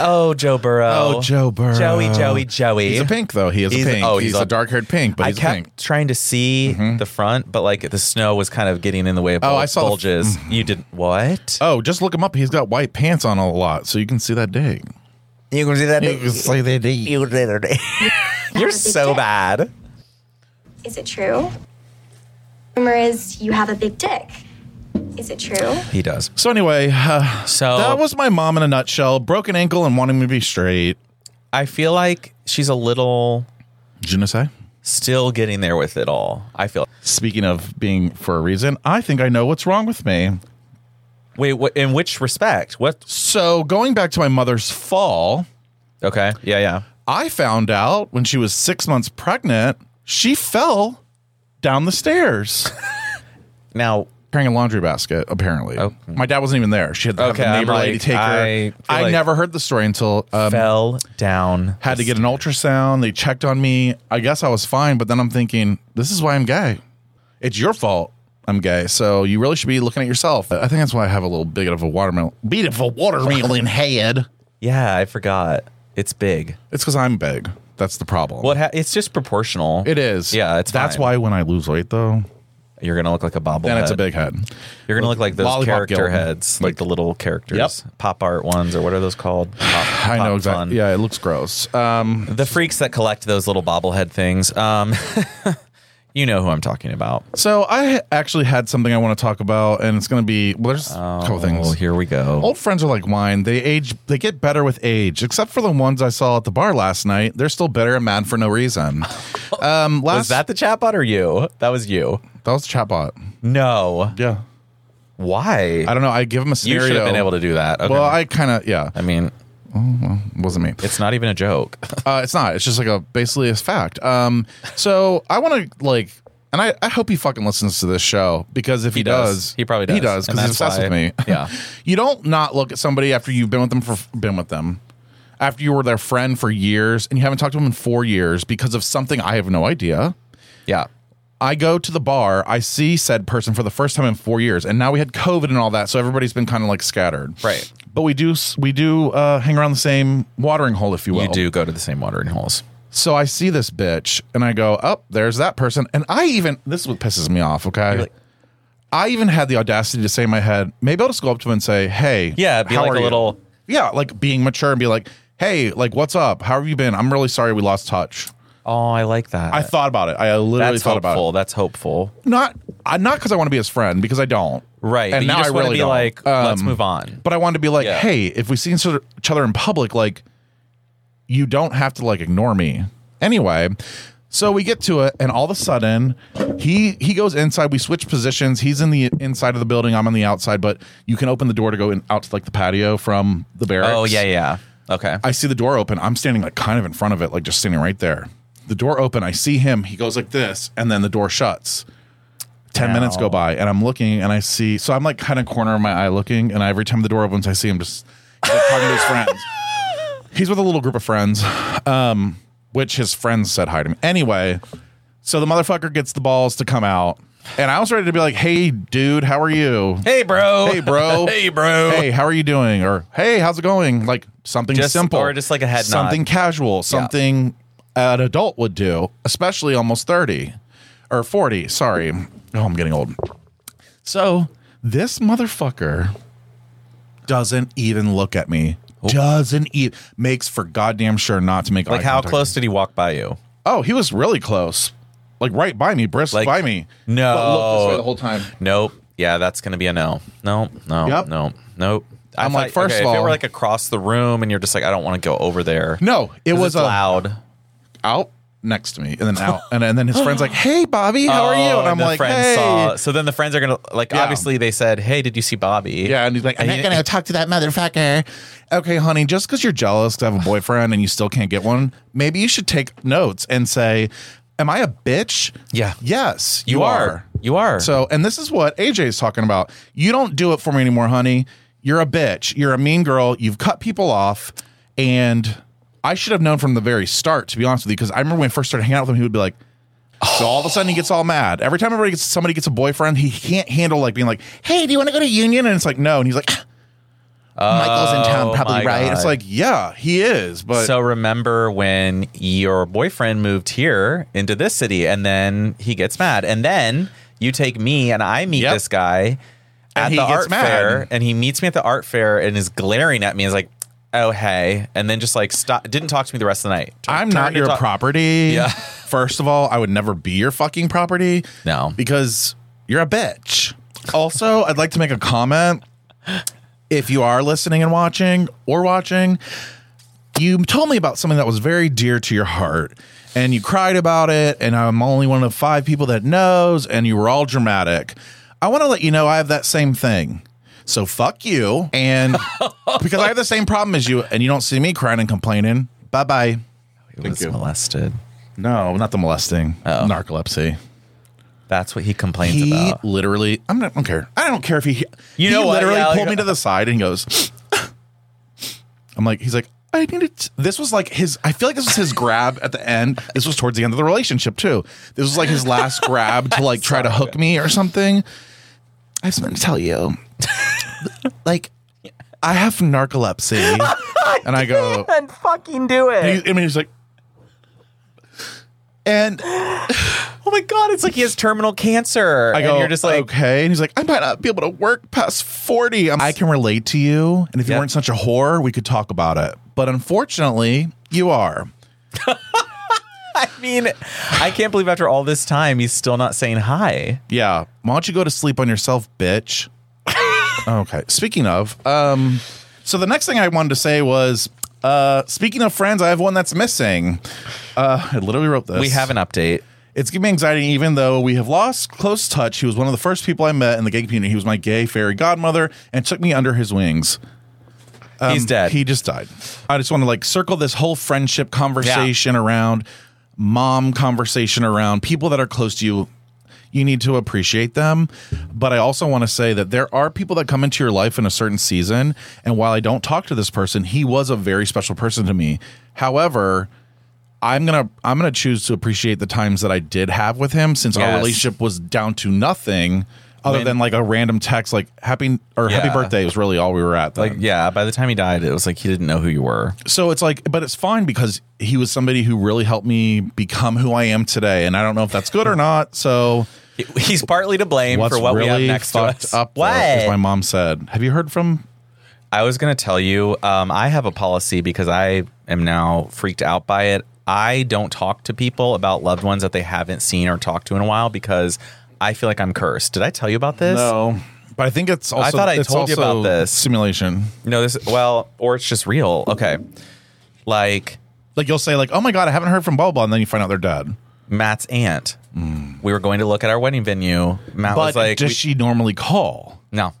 S2: Oh, Joe Burrow.
S1: Oh, Joe Burrow.
S2: Joey, Joey, Joey.
S1: He's a pink though. He is
S2: He's-
S1: a pink.
S2: oh,
S1: he's,
S2: he's
S1: a,
S2: a-
S1: dark-haired pink, but
S2: I
S1: he's
S2: kept
S1: pink.
S2: trying to see the front, but like the snow was kind of getting in the way of
S1: Oh,
S2: bul-
S1: I saw the-
S2: bulges. you did what?
S1: Oh, just look him up. He's got white pants on a lot, so you can see that dig.
S2: You can see that.
S1: see that dig. [LAUGHS]
S2: You're so bad.
S6: Is it true? Rumor is you have a big dick. Is it true?
S2: He does.
S1: So anyway, [SIGHS] uh,
S2: So
S1: that was my mom in a nutshell. Broken ankle and wanting me to be straight.
S2: I feel like she's a little
S1: Je ne sais.
S2: still getting there with it all. I feel.
S1: Speaking of being for a reason, I think I know what's wrong with me.
S2: Wait, what, in which respect? What?
S1: So going back to my mother's fall,
S2: Okay. Yeah, yeah.
S1: I found out when she was six months pregnant, she fell down the stairs
S2: Now,
S1: carrying a laundry basket. Apparently,
S2: Oh.
S1: my dad wasn't even there. She had to have
S2: Okay,
S1: the
S2: I'm
S1: neighbor
S2: like,
S1: lady take her.
S2: I
S1: I,
S2: feel like-
S1: never heard the story until um,
S2: fell down.
S1: had to get an ultrasound. They checked on me. I guess I was fine, but then I'm thinking, this is why I'm gay. It's your fault. I'm gay, so you really should be looking at yourself. I think that's why I have a little bit of a watermelon, bit of a
S2: [LAUGHS]
S1: watermelon head.
S2: Yeah, I forgot. It's big.
S1: It's because I'm big. That's the problem.
S2: Well, it ha- it's just proportional.
S1: It is.
S2: Yeah, it's
S1: that's
S2: fine.
S1: why when I lose weight though,
S2: You're gonna look like a bobblehead.
S1: then it's a big head.
S2: You're gonna look like those
S1: Lollipop
S2: character
S1: Gilton.
S2: heads, like the little characters, pop art ones, or what are those called?
S1: [SIGHS]
S2: Pop,
S1: I
S2: pop
S1: know
S2: fun.
S1: exactly. Yeah, it looks gross. Um,
S2: the freaks that collect those little bobblehead things. Um, [LAUGHS] you know who I'm talking about.
S1: so I actually had something I want to talk about, and it's going to be well. There's a couple
S2: Oh,
S1: things.
S2: here we go.
S1: Old friends are like wine. They age. They get better with age, except for the ones I saw at the bar last night. They're still bitter and mad for no
S2: [LAUGHS]
S1: reason. Um, last
S2: was that the chatbot or you? That was you.
S1: that was chatbot.
S2: No.
S1: Yeah,
S2: Why?
S1: I don't know. I give him a
S2: you
S1: scenario.
S2: should have been able to do that. Okay.
S1: Well, I kind of yeah.
S2: I mean,
S1: Wasn't me.
S2: it's not even
S1: [LAUGHS]
S2: a joke.
S1: Uh, it's not. It's just like a basically a fact. Um, so I want to like, and I, I hope he fucking listens to this show because if he,
S2: He does. He probably
S1: He does
S2: does.
S1: because
S2: And
S1: he's
S2: that's
S1: obsessed with
S2: why-
S1: me.
S2: yeah.
S1: [LAUGHS] you don't not look at somebody after you've been with them for been with them, after you were their friend for years and you haven't talked to them in four years because of something I have no idea.
S2: yeah.
S1: I go to the bar, I see said person for the first time in four years, and now we had COVID and all that, so everybody's been kind of like scattered.
S2: Right.
S1: But we do s- we do uh, hang around the same watering hole, if you will.
S2: You do go to the same watering holes.
S1: So I see this bitch and I go, oh, there's that person. And I even, this is what pisses me off, okay?
S2: like-
S1: I even had the audacity to say in my head, maybe I'll just go up to him and say, hey,
S2: Yeah. Be
S1: how
S2: like
S1: are
S2: a
S1: you?"
S2: little.
S1: yeah, like being mature and be like, hey, like, what's up? How have you been? I'm really sorry we lost touch.
S2: Oh, I like that.
S1: I thought about it. I literally
S2: That's
S1: thought
S2: hopeful.
S1: about
S2: That's hopeful.
S1: it. Not, I, not because I want to be his friend, because I don't.
S2: Right. but
S1: And
S2: you
S1: now I
S2: just wanna
S1: really
S2: be
S1: don't.
S2: like, let's
S1: Um,
S2: move on.
S1: But I wanted to be like,
S2: Yeah.
S1: hey, if we see each other- each other in public, like, you don't have to like ignore me. Anyway, so we get to it, and all of a sudden, he he goes inside. We switch positions. He's in the inside of the building. I'm on the outside, but you can open the door to go in, out to like the patio from the barracks.
S2: Oh, yeah, yeah. Okay.
S1: I see the door open. I'm standing like kind of in front of it, like just standing right there. The door open. I see him. He goes like this, and then the door shuts. Ten minutes go by, and I'm looking, and I see. So I'm like kind of corner of my eye looking, and every time the door opens, I see him just he's, like, talking to his friends. He's with a little group of friends, um, which his friends said hi to me. Anyway, so the motherfucker gets the balls to come out, and I was ready to be like, "Hey, dude, how are you?
S2: Hey, bro.
S1: Hey, bro.
S2: [LAUGHS] hey, bro.
S1: hey, how are you doing? Or hey, how's it going? Like something
S2: Just-
S1: simple,
S2: or just like a head nod.
S1: something casual, something an adult would do, especially almost thirty or forty. Sorry, oh, I'm getting old. So this motherfucker doesn't even look at me. Doesn't even makes for goddamn sure not to make eye
S2: Like, how
S1: contact.
S2: close did he walk by you?
S1: Oh, he was really close, like right by me, brisk
S2: Like-
S1: by me.
S2: No.
S1: but looked this way the whole time.
S2: Nope. Yeah, that's gonna be a no. No. No.
S1: Yep.
S2: No. Nope. I
S1: I'm like,
S2: thought-
S1: first
S2: okay,
S1: of
S2: if it
S1: all-
S2: were like across the room, and you're just like, I don't want to go over there.
S1: No, it
S2: 'Cause
S1: was
S2: it's
S1: a-
S2: loud.
S1: out next to me and then [LAUGHS] out and, and then his friend's like hey bobby how are you
S2: Oh,
S1: and i'm
S2: the
S1: like
S2: friends
S1: hey
S2: So then the friends are gonna like.
S1: Yeah.
S2: Obviously, they said, "Hey, did you see Bobby?"
S1: yeah and he's like i'm
S2: And
S1: not
S2: he-
S1: gonna talk to that motherfucker okay honey just because you're jealous to have a boyfriend and you still can't get one maybe you should take notes and say am i a bitch
S2: Yeah.
S1: yes
S2: You are. You are.
S1: so and this is what aj is talking about you don't do it for me anymore honey you're a bitch you're a mean girl you've cut people off and I should have known from the very start, to be honest with you, because I remember when I first started hanging out with him, he would be like, so all of a sudden he gets all mad. Every time everybody gets, somebody gets a boyfriend, he can't handle like being like, "Hey, do you want to go to Union?" And it's like, "No," and he's like, "Ah, "Michael's in town,
S2: Oh,
S1: probably
S2: my
S1: right." It's
S2: God.
S1: like, "Yeah, he is," but
S2: so remember when your boyfriend moved here into this city and then he gets mad. And then you take me and I meet
S1: Yep.
S2: this guy at
S1: he
S2: the
S1: gets
S2: art
S1: mad.
S2: fair and he meets me at the art fair and is glaring at me and is like, oh, hey. And then just like stop, didn't talk to me the rest of the night. Tur-
S1: I'm
S2: turned
S1: not
S2: to
S1: your
S2: talk-
S1: property. [LAUGHS]
S2: Yeah.
S1: First of all, I would never be your fucking property.
S2: No.
S1: Because you're a bitch. Also, I'd like to make a comment. If you are listening and watching or watching, you told me about something that was very dear to your heart and you cried about it. And I'm only one of five people that knows, and you were all dramatic. I want to let you know I have that same thing. So fuck you.
S2: [LAUGHS]
S1: And because I have the same problem as you, and you don't see me crying and complaining. Bye bye.
S2: He was
S1: you.
S2: molested.
S1: No, not the molesting. Narcolepsy.
S2: That's what Oh. he complains
S1: He
S2: about.
S1: literally, I'm not, I don't care. I don't care if he,
S2: You
S1: he
S2: know what?
S1: literally
S2: Yeah, like-
S1: pulled me to the side and goes, [COUGHS] I'm like, he's like, I needed, t-" this was like his, I feel like this was his grab at the end. This was towards the end of the relationship too. This was like his last grab to like try to hook me or something. I have something to tell you. [LAUGHS] like, I have
S2: [LAUGHS]
S1: narcolepsy. and I go,
S8: And fucking do it.
S1: and he, I mean, he's like, and
S2: Oh my God. It's like he has terminal cancer.
S1: I go,
S2: and you're just like,
S1: okay. And he's like, I might not be able to work past 40. I'm, I can relate to you. And if you
S2: Yep.
S1: weren't such a whore, we could talk about it. But unfortunately, you are.
S2: I mean, I can't believe after all this time, he's still not saying hi.
S1: Yeah. Why don't you go to sleep on yourself, [LAUGHS] bitch? okay. Speaking of, um, so the next thing I wanted to say was, uh, speaking of friends, I have one that's missing. Uh, I literally wrote this.
S2: We have an update.
S1: It's giving me anxiety, even though we have lost close touch. He was one of the first people I met in the gay community. He was my gay fairy godmother and took me under his wings.
S2: he's
S1: Um,
S2: dead.
S1: He just died. I just want to like circle this whole friendship conversation around, mom conversation around people that are close to you. You need to appreciate them. But I also want to say that there are people that come into your life in a certain season. And while I don't talk to this person, he was a very special person to me. However, I'm gonna I'm gonna choose to appreciate the times that I did have with him since our
S2: Yes.
S1: relationship was down to nothing other
S2: When-
S1: than like a random text like happy or happy
S2: Yeah.
S1: birthday was really all we were at.
S2: like,
S1: then.
S2: yeah, by the time he died, it was like he didn't know who you were.
S1: So it's like, but it's fine because he was somebody who really helped me become who I am today, and I don't know if that's good or not. So
S2: He- He's partly to blame
S1: what's
S2: for what
S1: really
S2: we have next to
S1: fucked
S2: us.
S1: up? though,
S2: what?
S1: As my mom said, have you heard from?
S2: I was going to tell you, um, I have a policy because I am now freaked out by it. I don't talk to people about loved ones that they haven't seen or talked to in a while because I feel like I'm cursed. Did I tell you about this?
S1: but I think it's also.
S2: I thought I
S1: it's
S2: told you
S1: also
S2: about this.
S1: simulation.
S2: No, this, well, or it's just real. Okay. Like,
S1: Like you'll say, like, "Oh my god, I haven't heard from blah blah," and then you find out they're dead.
S2: Matt's aunt. We were going to look at our wedding venue. Matt
S1: Mm. But
S2: was like,
S1: does
S2: we-
S1: she normally call?
S2: no.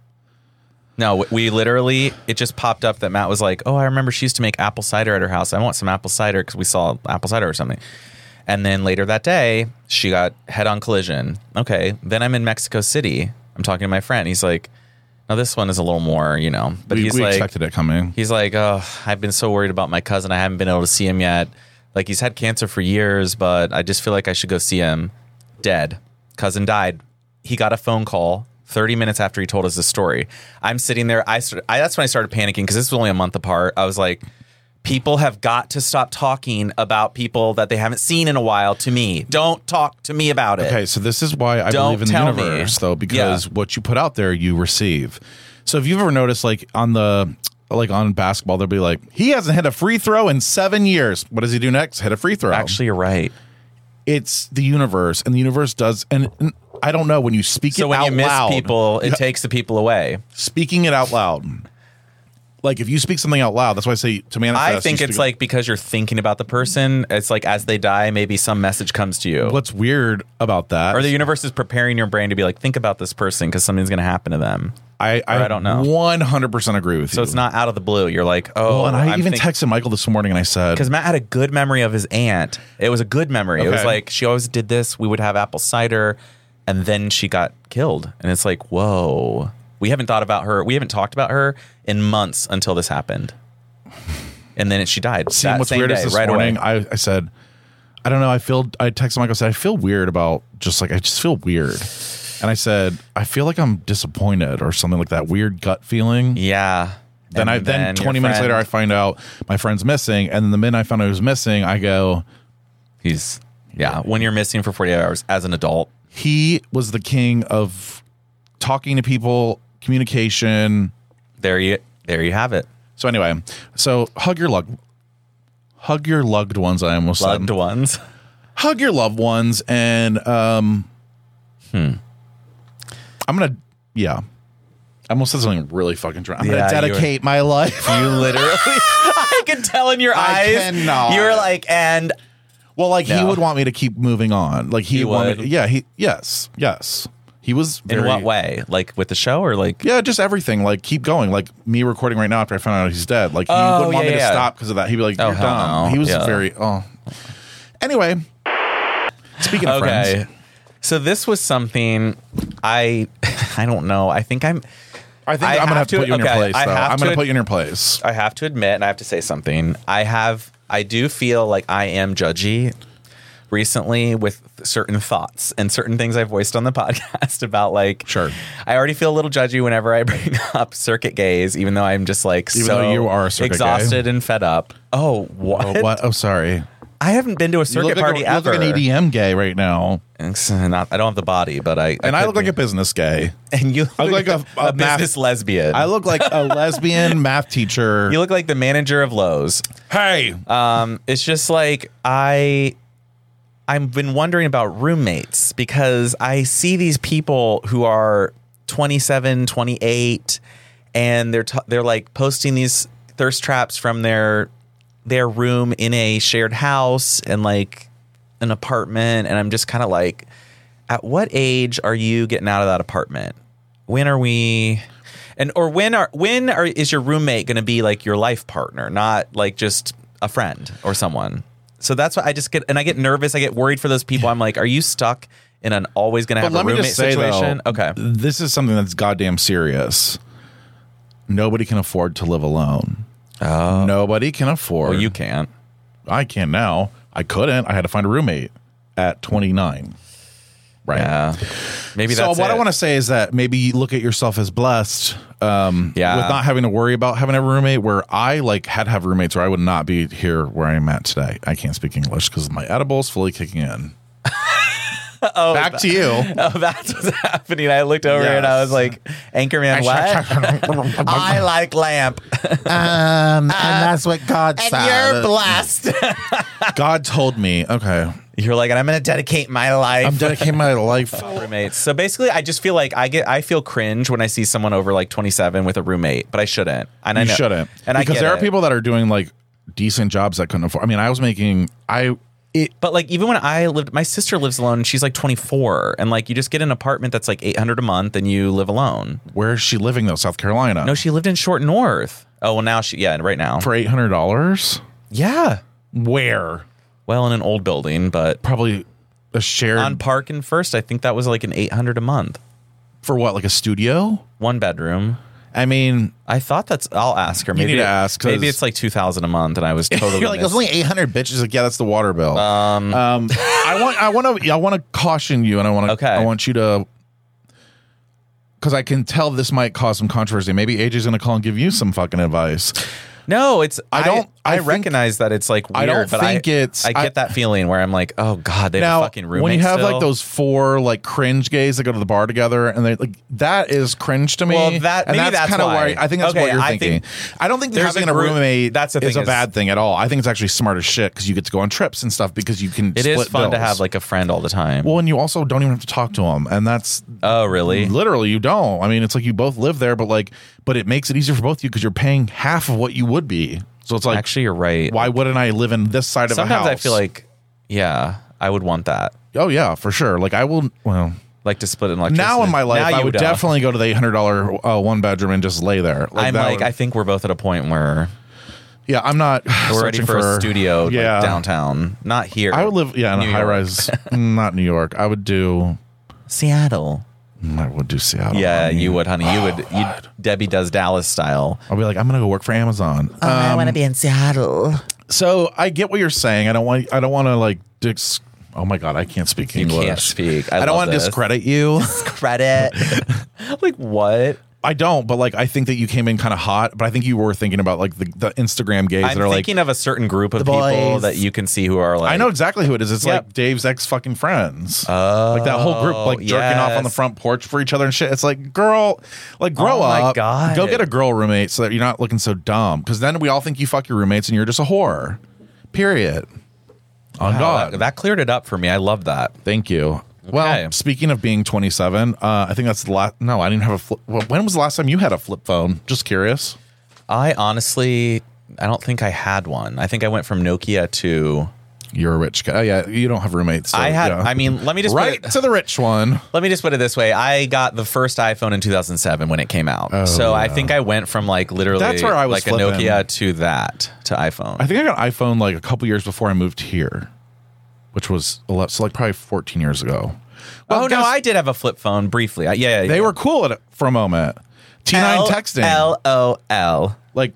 S2: No, we- we literally, it just popped up that Matt was like, oh, I remember she used to make apple cider at her house. I want some apple cider because we saw apple cider or something. And then later that day, she got head on collision. Okay. Then I'm in Mexico City. I'm talking to my friend. He's like, now this one is a little more, you know, but
S1: we
S2: he's
S1: we
S2: like,
S1: expected it coming.
S2: He's like, oh, I've been so worried about my cousin. I haven't been able to see him yet. Like he's had cancer for years, but I just feel like I should go see him. Dead. Cousin died. He got a phone call 30 minutes after he told us the story. I'm sitting there. I, started, I that's when I started panicking because this was only a month apart. I was like, people have got to stop talking about people that they haven't seen in a while to me. Don't talk to me about it.
S1: Okay, so this is why I
S2: Don't
S1: believe in the
S2: tell me.
S1: universe, though, because what you put out there, you receive. So if you've ever noticed, like on the like on basketball, they'll be like, he hasn't hit a free throw in seven years. What does he do next? Hit a free throw.
S2: Actually, you're right.
S1: it's the universe, and the universe does. And, and I don't know when you speak
S2: So
S1: it
S2: when
S1: out
S2: you miss
S1: loud,
S2: people, it
S1: Yeah,
S2: takes the people away.
S1: speaking it out loud. Like if you speak something out loud, that's why I say to manifest.
S2: I think
S1: you
S2: it's
S1: speak-
S2: like because you're thinking about the person. It's like as they die, maybe some message comes to you.
S1: what's weird about that.
S2: Or the universe is preparing your brain to be like, think about this person because something's going to happen to them.
S1: I, I,
S2: or I don't know.
S1: One hundred percent agree with you.
S2: So it's not out of the blue. You're like, oh,
S1: Well, and I even texted Michael this morning, and I said,
S2: because Matt had a good memory of his aunt. It was a good memory. It was
S1: Okay.
S2: like she always did this. We would have apple cider, and then she got killed. And it's like, whoa, we haven't thought about her. We haven't talked about her in months until this happened. and then she died.
S1: See,
S2: that
S1: what's
S2: same
S1: weird
S2: day,
S1: is this
S2: right
S1: morning
S2: away.
S1: I, I said, I don't know. I feel, I texted Michael, said, I feel weird about just like, I just feel weird. And I said, I feel like I'm disappointed or something like that weird gut feeling.
S2: Yeah.
S1: Then
S2: And
S1: I, then,
S2: your
S1: 20 minutes
S2: friend,
S1: later, I find out my friend's missing. And then the minute I found out he was missing, I go,
S2: he's yeah. When you're missing for 48 hours as an adult,
S1: he was the king of talking to people, communication.
S2: there you there you have it.
S1: So anyway, so hug your lug, hug your loved ones. I almost said.
S2: Loved ones.
S1: hug your loved ones and um
S2: Hmm.
S1: i'm gonna yeah i almost said something really fucking drunk i'm
S2: Yeah,
S1: gonna
S2: you were-
S1: dedicate my life
S2: [LAUGHS] You literally, [LAUGHS] I can tell in your
S1: I
S2: eyes.
S1: cannot.
S2: You were like, and
S1: [LAUGHS] well like he
S2: No.
S1: would want me to keep moving on like he,
S2: He
S1: wanted
S2: would?
S1: yeah he yes yes he was
S2: in
S1: very-
S2: what way? Like with the show or like?
S1: yeah just everything like keep going like me recording right now after i found out he's dead like he
S2: Oh,
S1: wouldn't want
S2: yeah,
S1: me to
S2: yeah.
S1: stop because of that he'd be like
S2: Oh,
S1: you're
S2: hell
S1: dumb
S2: no.
S1: he was
S2: Yeah.
S1: very oh anyway speaking of
S2: Okay.
S1: friends
S2: So this was something I [LAUGHS] I don't know. I think I'm
S1: i think I
S2: I
S1: am gonna
S2: have
S1: have to,
S2: to-
S1: put you in
S2: okay,
S1: your place
S2: I
S1: though
S2: have
S1: i'm gonna
S2: to-
S1: put you in your place
S2: I have to admit and I have to say something. I have I do feel like I am judgy recently with certain thoughts and certain things I voiced on the [LAUGHS] podcast about like
S1: Sure.
S2: I already feel a little judgy whenever I bring [LAUGHS] up circuit gaze, even though I'm just like
S1: Even
S2: so
S1: though you are a circuit gay.
S2: exhausted and fed up. Oh what?
S1: oh what oh sorry
S2: I haven't been to a circuit
S1: look
S2: party
S1: like a, you
S2: ever.
S1: look like an E EDM gay right now,
S2: It's not- I don't have the body, but I
S1: and I,
S2: could
S1: look like
S2: be.
S1: a business gay.
S2: [LAUGHS] and you
S1: I
S2: look
S1: look
S2: like a,
S1: like a- a math-
S2: business lesbian.
S1: I look like a lesbian [LAUGHS] math teacher.
S2: You look like the manager of Lowe's.
S1: hey,
S2: Um, it's just like I, I've been wondering about roommates because I see these people who are 27, 28, and they're t- they're like posting these thirst traps from their their room in a shared house and like an apartment, and I'm just kind of like, at what age are you getting out of that apartment? When are we? And or when are when are is your roommate going to be like your life partner, not like just a friend or someone? So that's what I just get, and I get nervous. I get worried for those people. I'm like, are you stuck in an always going to
S1: but
S2: have a
S1: let me
S2: roommate
S1: just say
S2: situation?
S1: though,
S2: okay,
S1: this is something that's goddamn serious. Nobody can afford to live alone. Nobody can afford.
S2: well you can't.
S1: I can now. I couldn't. I had to find a roommate at 29. Right.
S2: Yeah, maybe
S1: so
S2: that's
S1: what I
S2: it.
S1: want to say is that maybe you look at yourself as blessed um,
S2: Yeah.
S1: with not having to worry about having a roommate. Where I like had to have roommates, where I would not be here where I am at today. I can't speak English because my edibles fully kicking
S2: [LAUGHS]
S1: in. oh, back to you.
S2: Oh, [LAUGHS] that's what's happening. I looked over and I was
S1: Yes.
S2: like, Anchorman,
S1: [LAUGHS]
S2: [LAUGHS] what? I like lamp.
S1: Um,
S2: Uh,
S1: and that's what God
S2: blessed.
S1: God told me. Okay,
S2: You're like, and I'm going to dedicate my life.
S1: I'm dedicating my life.
S2: roommates. So basically, I just feel like I get I feel cringe when I see someone over like 27 with a roommate, but I shouldn't. And [LAUGHS] I
S1: You
S2: know-
S1: shouldn't.
S2: And I
S1: because
S2: get
S1: there
S2: it.
S1: are people that are doing like decent jobs that couldn't afford. I mean, I was making I. It,
S2: But like even when I lived, my sister lives alone. And she's like 24, and like you just get an apartment that's like 800 a month, and you live alone.
S1: where is she living though? South Carolina.
S2: No, she lived in Short North. Oh well, now she yeah, right now.
S1: for eight hundred dollars.
S2: yeah.
S1: Where?
S2: Well, in an old building, but
S1: Probably a shared
S2: on Park and First, I think that was like an 800 a month,
S1: for what, like a studio?
S2: one bedroom.
S1: I mean,
S2: I thought that's. I'll ask her. Maybe
S1: need to ask, 'cause-
S2: Maybe it's like 2,000 a month, and I was totally.
S1: [LAUGHS] you're like
S2: mis-
S1: it's only eight hundred bitches. Like, yeah, that's the water bill. Um, I want, I want to, I want to caution you, and I want to,
S2: Okay.
S1: I want you to, because I can tell this might cause some controversy. Maybe AJ's gonna call and give you some fucking advice.
S2: No, it's I
S1: don't- I
S2: I,
S1: think-
S2: recognize that it's like weird,
S1: I don't
S2: but
S1: think
S2: I,
S1: it's-
S2: I get that feeling where I'm like, oh god, they have a
S1: Now,
S2: fucking roommate.
S1: when you have
S2: still.
S1: like those four like cringe gays that go to the bar together, and they like that is cringe to me.
S2: Well, that-
S1: and
S2: maybe that's
S1: kinda
S2: why.
S1: I think that's
S2: Okay,
S1: what you're
S2: I
S1: thinking.
S2: think
S1: I don't think that
S2: there's
S1: having
S2: a
S1: a
S2: group-
S1: roommate
S2: that's the
S1: is
S2: thing
S1: a
S2: is-
S1: bad thing at all. I think it's actually smart as shit because you get to go on trips and stuff because you can.
S2: it
S1: split
S2: is fun to
S1: bills.
S2: have like a friend all the time.
S1: Well, and you also don't even have to talk to them, and that's
S2: oh really?
S1: literally you don't. I mean, it's like you both live there, but like, but it makes it easier for both of you because you're paying half of what you would be. So it's like,
S2: Actually, you're right.
S1: why wouldn't I live in this side of a house?
S2: Sometimes I feel like, yeah, I would want that,
S1: oh yeah, for sure. Like I will. Well,
S2: like to split an electricity.
S1: now in my life,
S2: Now
S1: I
S2: you
S1: would
S2: don't.
S1: definitely go to the eight hundred dollar uh, one bedroom and just lay there.
S2: I'm
S1: that
S2: like,
S1: would-
S2: I think we're both at a point where
S1: yeah, I'm not.
S2: [SIGHS] we're ready
S1: searching
S2: for, a studio
S1: Yeah.
S2: like, downtown, not here. [LAUGHS]
S1: I would live, yeah, in
S2: New
S1: a
S2: York.
S1: high rise, not New York. I would do
S2: Seattle.
S1: I would do Seattle.
S2: Yeah,
S1: I mean,
S2: you would, honey. You would.
S1: Oh,
S2: You Debbie does
S1: [LAUGHS]
S2: Dallas style.
S1: I'll be like, I'm gonna go work for Amazon.
S2: Oh,
S1: Um,
S2: I want to be in Seattle.
S1: So I get what you're saying. I don't want. I don't want to like. Dis- oh my god, I can't speak
S2: You
S1: English.
S2: can't speak. I,
S1: I, don't
S2: love
S1: want to
S2: this.
S1: discredit you. [LAUGHS]
S2: Credit. [LAUGHS] like what?
S1: I don't, but like I think that you came in kind of hot. But I think you were thinking about like the, the Instagram gays
S2: I'm
S1: that are like.
S2: thinking of a certain group of
S1: The
S2: people
S1: boys.
S2: that you can see who are like.
S1: I know exactly who it is. It's
S2: Yep.
S1: like Dave's ex fucking friends. Oh, like that whole group, like jerking off on the
S2: yes.
S1: front porch for each other and shit. It's like, girl, like grow
S2: Oh my
S1: up.
S2: God.
S1: Go get a girl roommate so that you're not looking so dumb. Because then we all think you fuck your roommates and you're just a whore. Period. On
S2: Wow,
S1: God.
S2: That, that cleared it up for me. I love that.
S1: Thank you. Well, speaking of being 27, uh, I think that's the last. No, I didn't have a flip. Well, when was the last time you had a flip phone? Just curious.
S2: I honestly, I don't think I had one. I think I went from Nokia to.
S1: You're a rich guy. Oh, yeah, you don't have roommates. so,
S2: I had.
S1: yeah.
S2: I mean, let me just
S1: right
S2: Put it,
S1: to the rich one.
S2: let me just put it this way. I got the first iPhone in 2007 when it came out. so I think I went from like literally
S1: Oh, That's where I was
S2: like a
S1: flipping.
S2: Nokia to that to iPhone.
S1: I think I got an iPhone like a couple years before I moved here, which was 11, so like probably 14 years ago. Well,
S2: oh no,
S1: guess-
S2: I did have a flip phone briefly. I, yeah, yeah,
S1: They were cool at, for a moment. T9 texting.
S2: L O L.
S1: like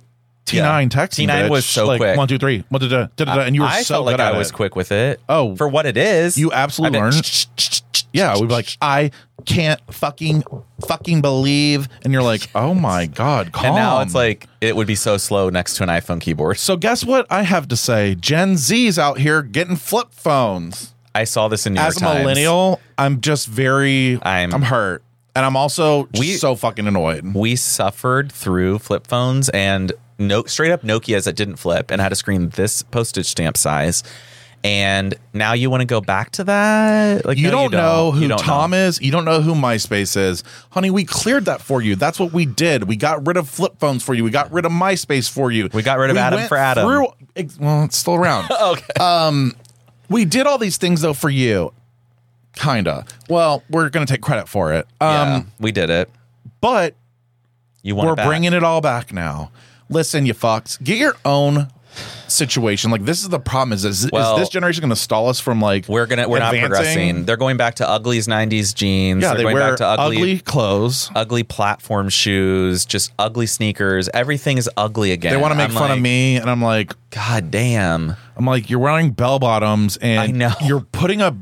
S1: T9 texting.
S2: T9 was
S1: bitch.
S2: so
S1: like,
S2: quick.
S1: One, two, three. One, two, da, da, da, da, and you were
S2: I
S1: so
S2: felt
S1: good
S2: like
S1: at
S2: I was
S1: it.
S2: quick with it.
S1: Oh.
S2: for what it is,
S1: You absolutely
S2: I've been-
S1: learned. Yeah, we'd be like, I can't fucking fucking believe, and you're like,
S2: [LAUGHS]
S1: oh my god, calm.
S2: And now it's like it would be so slow next to an iPhone keyboard.
S1: so guess what? I have to say, Gen Z's out here getting flip phones.
S2: I saw this in New
S1: As
S2: York
S1: a
S2: Times.
S1: millennial, I'm just very, I'm,
S2: I'm-
S1: hurt, and I'm also just
S2: We-
S1: so fucking annoyed.
S2: we suffered through flip phones and no straight up Nokia's that didn't flip and had a screen this postage stamp size. And now you want to go back to that? Like
S1: You,
S2: no,
S1: don't know who
S2: You don't
S1: Tom
S2: know.
S1: is. You don't know who MySpace is. Honey, we cleared that for you. That's what we did. We got rid of flip phones for you. We got rid of MySpace for you.
S2: We got rid of Adam
S1: went
S2: for Adam.
S1: Through, ex- well, it's still
S2: [LAUGHS]
S1: around.
S2: Okay.
S1: we did all these things though for you kinda well we're gonna take credit for it um
S2: yeah, we did it.
S1: but
S2: You want
S1: we're
S2: it back.
S1: bringing it all back now listen you fucks get your own situation like this is the problem is is,
S2: Well-
S1: is this generation gonna stall us from like
S2: We're gonna. We're
S1: advancing?
S2: not progressing. They're going back to uglies '90s jeans.
S1: yeah
S2: They're
S1: they
S2: going
S1: wear
S2: back to
S1: ugly,
S2: ugly,
S1: clothes
S2: ugly platform shoes, just ugly sneakers. Everything is ugly again.
S1: they want to make
S2: I'm
S1: fun
S2: like,
S1: of me and i'm like
S2: God damn.
S1: i'm like you're wearing bell bottoms and
S2: I know.
S1: you're putting a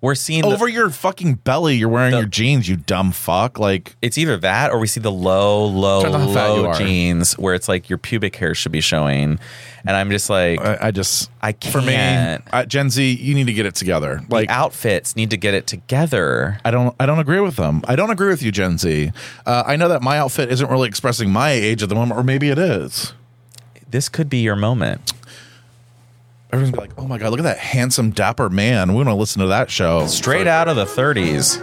S2: We're seeing the-
S1: over your fucking belly you're wearing
S2: The-
S1: your jeans you dumb fuck like
S2: it's either that or we see the low, low,
S1: Depends on how fat you
S2: low
S1: are.
S2: jeans where it's like your pubic hair should be showing, and I'm just like
S1: I, I just
S2: I
S1: for me
S2: can't.
S1: uh, Gen Z you need to get it together like
S2: the outfits need to get it together.
S1: I don't I don't agree with them I don't agree with you Gen Z uh, I know that my outfit isn't really expressing my age at the moment or maybe it is
S2: This could be your moment.
S1: everyone's gonna be like oh my god look at that handsome dapper man we want to listen to that show
S2: Straight out of the 30s.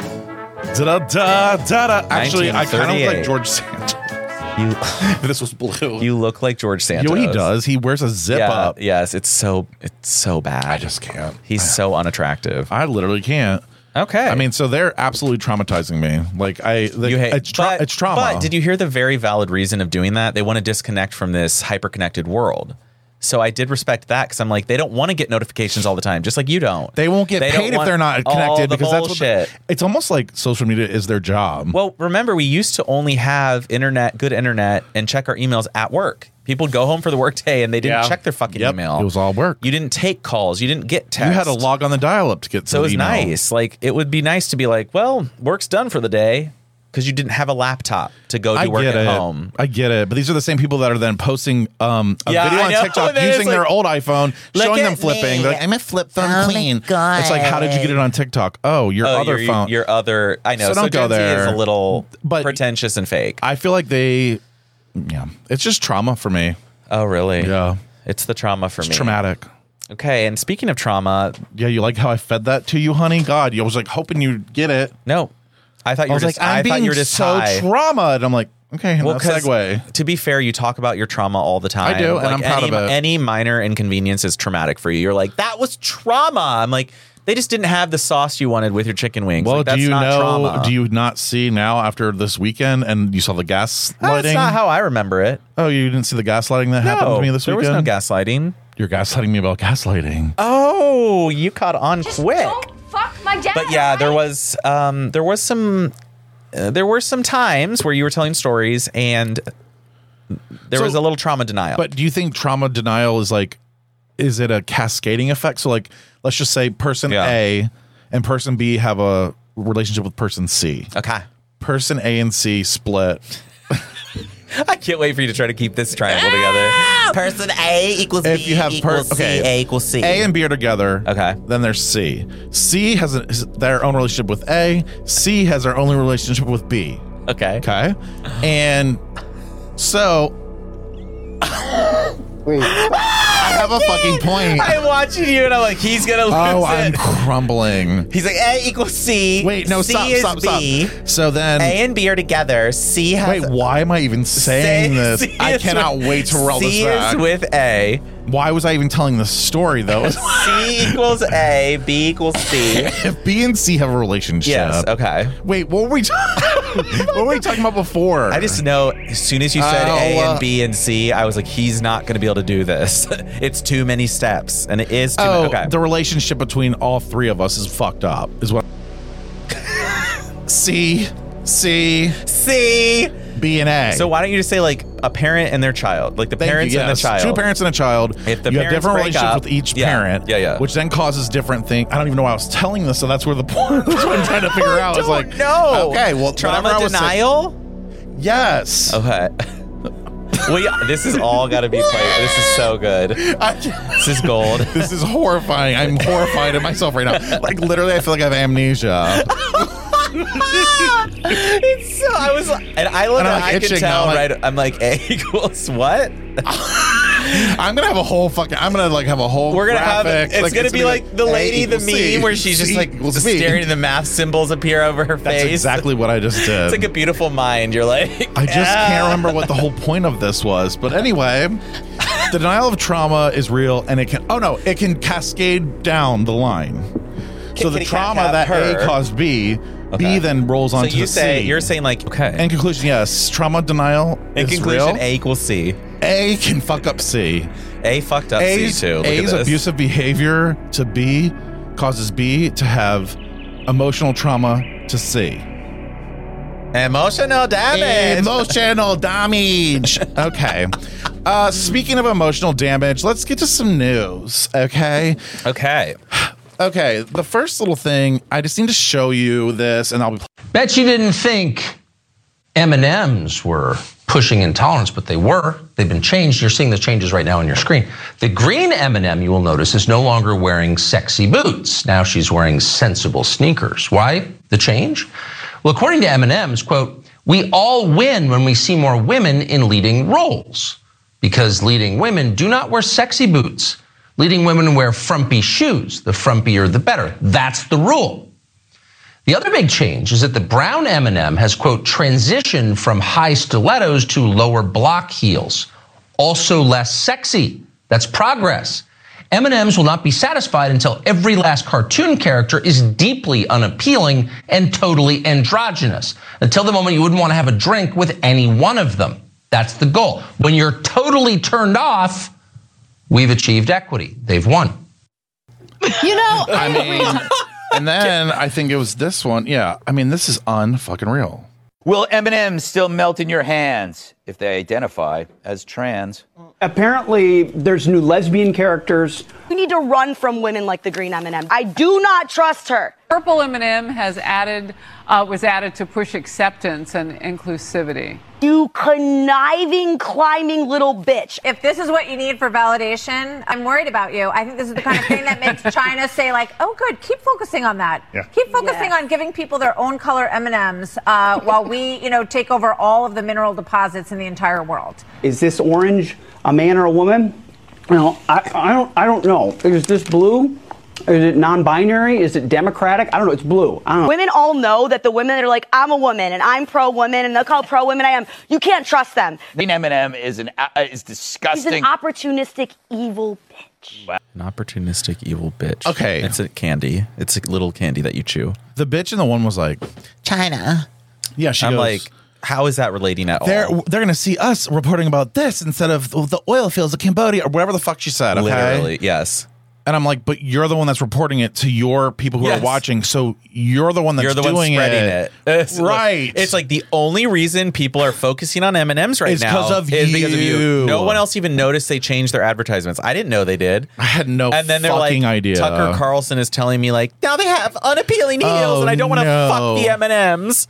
S1: da da da da actually I kind of like
S2: 1938.
S1: George Santa
S2: You
S1: [LAUGHS]
S2: [LAUGHS]
S1: this was blue
S2: you look like George Santos.
S1: you know what he does he wears a zip
S2: yeah,
S1: up
S2: Yes, it's so it's so bad.
S1: I just can't
S2: He's so unattractive.
S1: I literally can't
S2: Okay.
S1: I mean so they're absolutely traumatizing me like I like,
S2: you hate
S1: it's, tra-
S2: but-
S1: it's trauma
S2: But did you hear the very valid reason of doing that? They want to disconnect from this hyper-connected world. So I did respect that because I'm like, they don't want to get notifications all the time, just like you don't.
S1: They won't get
S2: They don't
S1: paid if
S2: want
S1: they're not
S2: all
S1: connected
S2: the
S1: because that's what they-
S2: bullshit.
S1: it's almost like social media is their job.
S2: Well, remember we used to only have internet, good internet, and check our emails at work. People would go home for the work day and they didn't
S1: Yeah.
S2: check their fucking
S1: Yep,
S2: email.
S1: it was all work.
S2: You didn't take calls. You didn't get
S1: you
S2: texts.
S1: had to log on the dial up to get to
S2: So it
S1: the
S2: was
S1: email.
S2: nice. Like it would be nice to be like, well, work's done for the day because you didn't have a laptop to go do
S1: I
S2: work
S1: get
S2: at
S1: it.
S2: home.
S1: I get it. But these are the same people that are then posting um, a
S2: Yeah,
S1: video
S2: I
S1: on
S2: know. [LAUGHS]
S1: TikTok
S2: That is
S1: using their
S2: like,
S1: old iPhone,
S2: "Look
S1: showing
S2: at
S1: them flipping.
S2: me.
S1: They're like, I'm a flip phone
S2: Oh my
S1: queen. It's like, how did you get it on TikTok? Oh, your
S2: Oh,
S1: other
S2: your,
S1: phone.
S2: Your other. I know.
S1: So
S2: So,
S1: don't go
S2: Gen Z
S1: there.
S2: is a little
S1: But-
S2: pretentious and fake.
S1: I feel like they, yeah, it's just trauma for me.
S2: oh, really?
S1: Yeah.
S2: It's the trauma for me.
S1: Traumatic.
S2: Okay. And speaking of trauma,
S1: Yeah, you like how I fed that to you, honey? God, I was like hoping you'd get it.
S2: no, I thought you
S1: I
S2: were
S1: was like,
S2: just.
S1: I'm
S2: I thought
S1: being
S2: you were just
S1: so
S2: high.
S1: trauma, and I'm like, okay, well,
S2: 'cause
S1: segue.
S2: To be fair, you talk about your trauma all the time.
S1: I do, and
S2: Like,
S1: I'm proud
S2: any,
S1: of it.
S2: Any minor inconvenience is traumatic for you. You're like, that was trauma. I'm like, they just didn't have the sauce you wanted with your chicken wings.
S1: Well,
S2: Like, that's
S1: do you
S2: not
S1: know?
S2: Trauma.
S1: Do you not see now after this weekend? And you saw the gas
S2: That's
S1: lighting.
S2: not how I remember it.
S1: oh, you didn't see the gaslighting that happened
S2: No,
S1: to me this
S2: there was
S1: weekend.
S2: no Uh, gaslighting.
S1: You're gaslighting me about gaslighting.
S2: Oh, you caught on quick.
S6: fuck my my dad.
S2: but yeah, there was um, there was some uh, there were some times where you were telling stories and there
S1: So-
S2: was a little trauma denial.
S1: But do you think trauma denial is like, is it a cascading effect? So, like, let's just say person
S2: Yeah.
S1: A and person B have a relationship with person C.
S2: okay,
S1: Person A and C split.
S2: I can't wait for you to try to keep this triangle together. Ah! Person A equals
S1: If you have per- okay, A and B are together.
S2: Okay.
S1: Then there's C. C has a, is their own relationship with A. C has their only relationship with B.
S2: okay.
S1: Okay. And so
S11: Wait,
S1: I have a fucking point.
S2: I'm watching you and I'm like, he's gonna lose
S1: Oh,
S2: it.
S1: I'm crumbling.
S2: He's like A equals C.
S1: Wait, no,
S2: C
S1: stop,
S2: is
S1: stop,
S2: B.
S1: stop. So then,
S2: A and B are together. C has
S1: wait, why am I even saying
S2: [LAUGHS] C-
S1: this?
S2: C
S1: I
S2: is
S1: cannot
S2: with-
S1: wait to roll
S2: C
S1: this back.
S2: is with A.
S1: why was I even telling this story
S2: [LAUGHS]
S1: though?
S2: C equals A. B equals
S1: [LAUGHS]
S2: C.
S1: if B and C have a relationship,
S2: Yes. Okay.
S1: Wait, what were we? [LAUGHS] talking? what were we talking about before?
S2: I just know as soon as you said
S1: I'll,
S2: A
S1: uh,
S2: and B and C, I was like, he's not going to be able to do this. [LAUGHS] it's too many steps, and it is too.
S1: Oh,
S2: many. Okay.
S1: the relationship between all three of us is fucked up. Is what? [LAUGHS] C, C,
S2: C.
S1: B, and A.
S2: So why don't you just say like a parent and their child, like the
S1: Thank you,
S2: parents and the
S1: yes.
S2: child.
S1: Two parents and a child.
S2: If the
S1: you have
S2: parents
S1: different
S2: break
S1: relationships
S2: up-
S1: with each
S2: Yeah.
S1: parent.
S2: Yeah, yeah.
S1: Which then causes different things. I don't even know why I was telling this, so that's where the [LAUGHS] point that's what I'm trying to figure out. It's like
S2: no.
S1: Okay, well whatever
S2: trauma
S1: I was saying-
S2: denial. Oh.
S1: yes.
S2: Okay. [LAUGHS] well, yeah, this is all got to be played. This is so good.
S1: I- [LAUGHS]
S2: This is gold.
S1: this is horrifying. I'm horrified at myself right now. Like literally I feel like I have amnesia.
S2: it's so I was and I love
S1: And I'm,
S2: that
S1: like,
S2: I can
S1: itching now,
S2: tell
S1: like-
S2: right. I'm like [LAUGHS] A equals what?
S1: I'm gonna have a whole fucking I'm gonna like have a whole
S2: We're gonna have
S1: graphic,
S2: it's gonna be like,
S1: A
S2: the lady, the
S1: equals C,
S2: meme where
S1: [LAUGHS]
S2: she's just
S1: C
S2: like
S1: equals B.
S2: staring at the math symbols appear over her
S1: That's
S2: face.
S1: exactly what I just did.
S2: It's like a beautiful mind. You're like "Ah."
S1: I just can't remember what the whole point of this was. But
S2: [LAUGHS]
S1: anyway, the denial of trauma is real and it can oh no, it can cascade down the line. So the
S2: Kitty cat
S1: trauma that
S2: got
S1: A
S2: her.
S1: caused B, B
S2: Okay.
S1: then rolls
S2: So
S1: onto
S2: you
S1: the
S2: say
S1: C.
S2: you're saying like okay.
S1: in conclusion, yes, trauma denial
S2: in
S1: is
S2: conclusion,
S1: real.
S2: A equals C.
S1: A can fuck up C.
S2: A fucked up
S1: A's,
S2: C too. Look at
S1: A's
S2: this.
S1: abusive behavior to B causes B to have emotional trauma to C.
S2: Emotional damage.
S1: Emotional
S2: [LAUGHS]
S1: damage. Okay. Uh, speaking of emotional damage, let's get to some news. Okay.
S2: okay.
S1: Okay. The first little thing, I just need to show you this, and I'll be.
S2: [LAUGHS]
S12: Bet you didn't think M&Ms were pushing intolerance, but they were. They've been changed. You're seeing the changes right now on your screen. The green M&M you will notice is no longer wearing sexy boots. Now she's wearing sensible sneakers. Why the change? Well, according to M&Ms, quote, "We all win when we see more women in leading roles because leading women do not wear sexy boots. Leading women wear frumpy shoes. The frumpier the better. That's the rule." The other big change is that the brown M&M has quote transitioned from high stilettos to lower block heels, also less sexy. That's progress. M&Ms will not be satisfied until every last cartoon character is deeply unappealing and totally androgynous. Until the moment you wouldn't want to have a drink with any one of them. That's the goal. When you're totally turned off, we've achieved equity. They've won.
S8: You know,
S1: I mean, and then I think it was this one. Yeah. I mean, this is unfucking real.
S13: Will M&Ms still melt in your hands if they identify as trans?
S14: Apparently, there's new lesbian characters.
S15: You need to run from women like the green M&M. I do not trust her.
S16: Purple M&M has added uh, was added to push acceptance and inclusivity.
S15: You conniving, climbing little bitch.
S17: If this is what you need for validation, I'm worried about you. I think this is the kind of thing that makes China say, like, "Oh, good, keep focusing on that.
S18: Yeah.
S17: Keep focusing on giving people their own color M and M's, uh, while we, you know, take over all of the mineral deposits in the entire world."
S14: Is this orange a man or a woman? You know, I, I don't I don't know. Is this blue? Is it non-binary? Is it democratic? I don't know. It's blue. I don't know.
S15: Women all know that the women that are like, I'm a woman and I'm pro woman and look how pro women I am. You can't trust them.
S13: Green M&M is an uh, is
S15: She's an
S13: disgusting.
S15: opportunistic, evil bitch.
S2: An opportunistic evil bitch.
S1: Okay.
S2: It's a candy. It's a little candy that you chew.
S1: The bitch in the one was like,
S2: China.
S1: Yeah, she
S2: I'm
S1: goes-
S2: like, how is that relating at
S1: they're
S2: all?
S1: they're gonna see us reporting about this instead of the oil fields of Cambodia or whatever the fuck she said. Okay?
S2: Literally, yes.
S1: And I'm like, but you're the one that's reporting it to your people who
S2: Yes.
S1: are watching. So you're the one that's
S2: You're the one
S1: doing
S2: spreading
S1: it.
S2: it. [LAUGHS] It's like-
S1: right.
S2: it's like the only reason people are focusing on M and M's right
S1: It's
S2: now
S1: 'cause of
S2: is because of
S1: you.
S2: you. No one else even noticed they changed their advertisements. I didn't know they did. I
S1: had no
S2: and then they're
S1: fucking
S2: like,
S1: idea.
S2: Tucker Carlson is telling me like now they have unappealing heels,
S1: Oh,
S2: and I don't want to
S1: no.
S2: fuck the M and M's.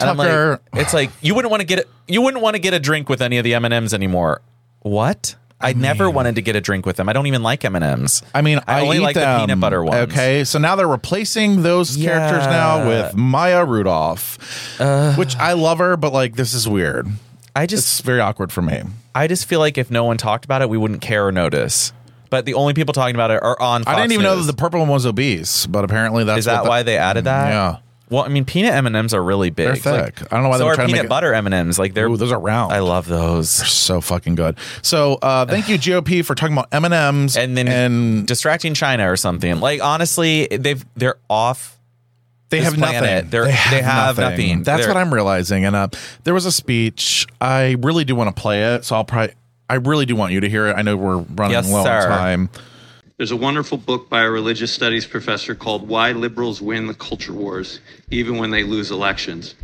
S2: And
S1: Tucker.
S2: I'm like, it's like you wouldn't want to get you wouldn't want to get a drink with any of the M and M's anymore. What? I, never wanted to get a drink with them. I don't even like M and M's.
S1: I mean, I,
S2: only
S1: eat
S2: like
S1: them.
S2: the peanut butter ones.
S1: Okay, so now they're replacing those characters now
S2: Yeah.
S1: with Maya Rudolph, which I love her, but like this is weird.
S2: I just
S1: it's very awkward for me.
S2: I just feel like if no one talked about it, we wouldn't care or notice. But the only people talking about it are on. Fox
S1: I didn't even know
S2: News.
S1: that the purple one was obese, but apparently that's
S2: Is that
S1: what the-
S2: why they added that?
S1: Yeah.
S2: Well, I mean, peanut M and M's are really big.
S1: They're
S2: Like,
S1: thick. I don't know why
S2: so
S1: they were
S2: are
S1: trying to
S2: peanut
S1: make it-
S2: butter M and M's. Like they're
S1: those are round.
S2: I love those. They're
S1: Oh. so fucking good. So uh, thank you GOP for talking about M and M's
S2: and then
S1: and
S2: distracting China or something. Like honestly, they've they're off.
S1: They
S2: this
S1: have
S2: planet.
S1: nothing.
S2: They're, they have, nothing.
S1: That's
S2: They're-
S1: what I'm realizing. And uh, there was a speech. I really do want to play it, so I'll probably. I really do want you to hear it. I know we're running
S11: Yes,
S1: low on
S11: sir.
S1: time.
S11: There's a wonderful book by a religious studies professor called Why Liberals Win the Culture Wars, Even When They Lose Elections.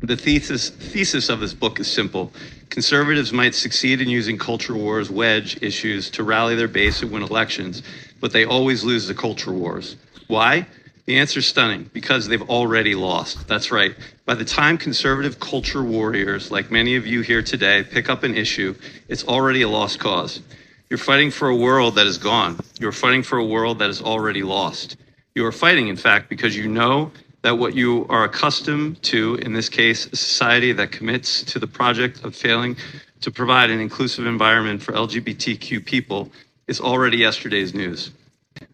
S11: The thesis, thesis of this book is simple. Conservatives might succeed in using culture wars wedge issues to rally their base and win elections, but they always lose the culture wars. Why? The answer's stunning because they've already lost. That's right. By the time conservative culture warriors, like many of you here today, pick up an issue, it's already a lost cause. You're fighting for a world that is gone. You're fighting for a world that is already lost. You are fighting, in fact, because you know that what you are accustomed to, in this case, a society that commits to the project of failing to provide an inclusive environment for LGBTQ people, is already yesterday's news.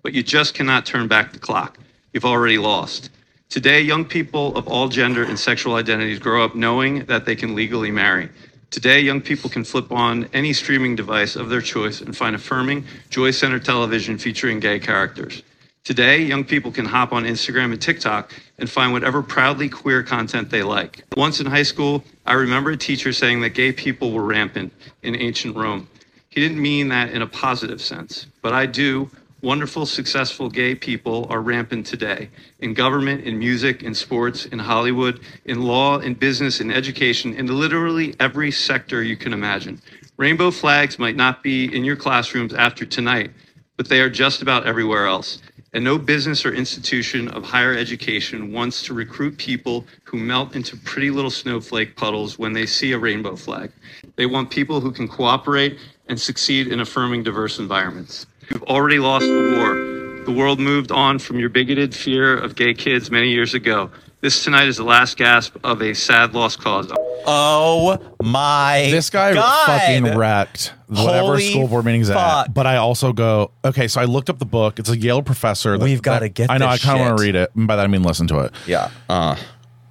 S11: But you just cannot turn back the clock. You've already lost. Today, young people of all gender and sexual identities grow up knowing that they can legally marry. Today, young people can flip on any streaming device of their choice and find affirming Joy Center television featuring gay characters. Today, young people can hop on Instagram and TikTok and find whatever proudly queer content they like. Once in high school, I remember a teacher saying that gay people were rampant in ancient Rome. He didn't mean that in a positive sense, but I do. Wonderful, successful gay people are rampant today in government, in music, in sports, in Hollywood, in law, in business, in education, in literally every sector you can imagine. Rainbow flags might not be in your classrooms after tonight, but they are just about everywhere else. And no business or institution of higher education wants to recruit people who melt into pretty little snowflake puddles when they see a rainbow flag. They want people who can cooperate and succeed in affirming diverse environments. You've already lost the war. The world moved on from your bigoted fear of gay kids many years ago. This tonight is the last gasp of a sad lost cause.
S2: Oh my!
S1: This guy
S2: God.
S1: fucking wrecked whatever
S2: Holy
S1: school board meeting's
S2: fuck.
S1: at. But I also go, okay, so I looked up the book. It's a Yale professor. that-
S2: We've gotta
S1: that-
S2: get
S1: I know,
S2: this
S1: I kind of want to
S2: shit.
S1: read it. And by that, I mean listen to it.
S2: Yeah. Uh.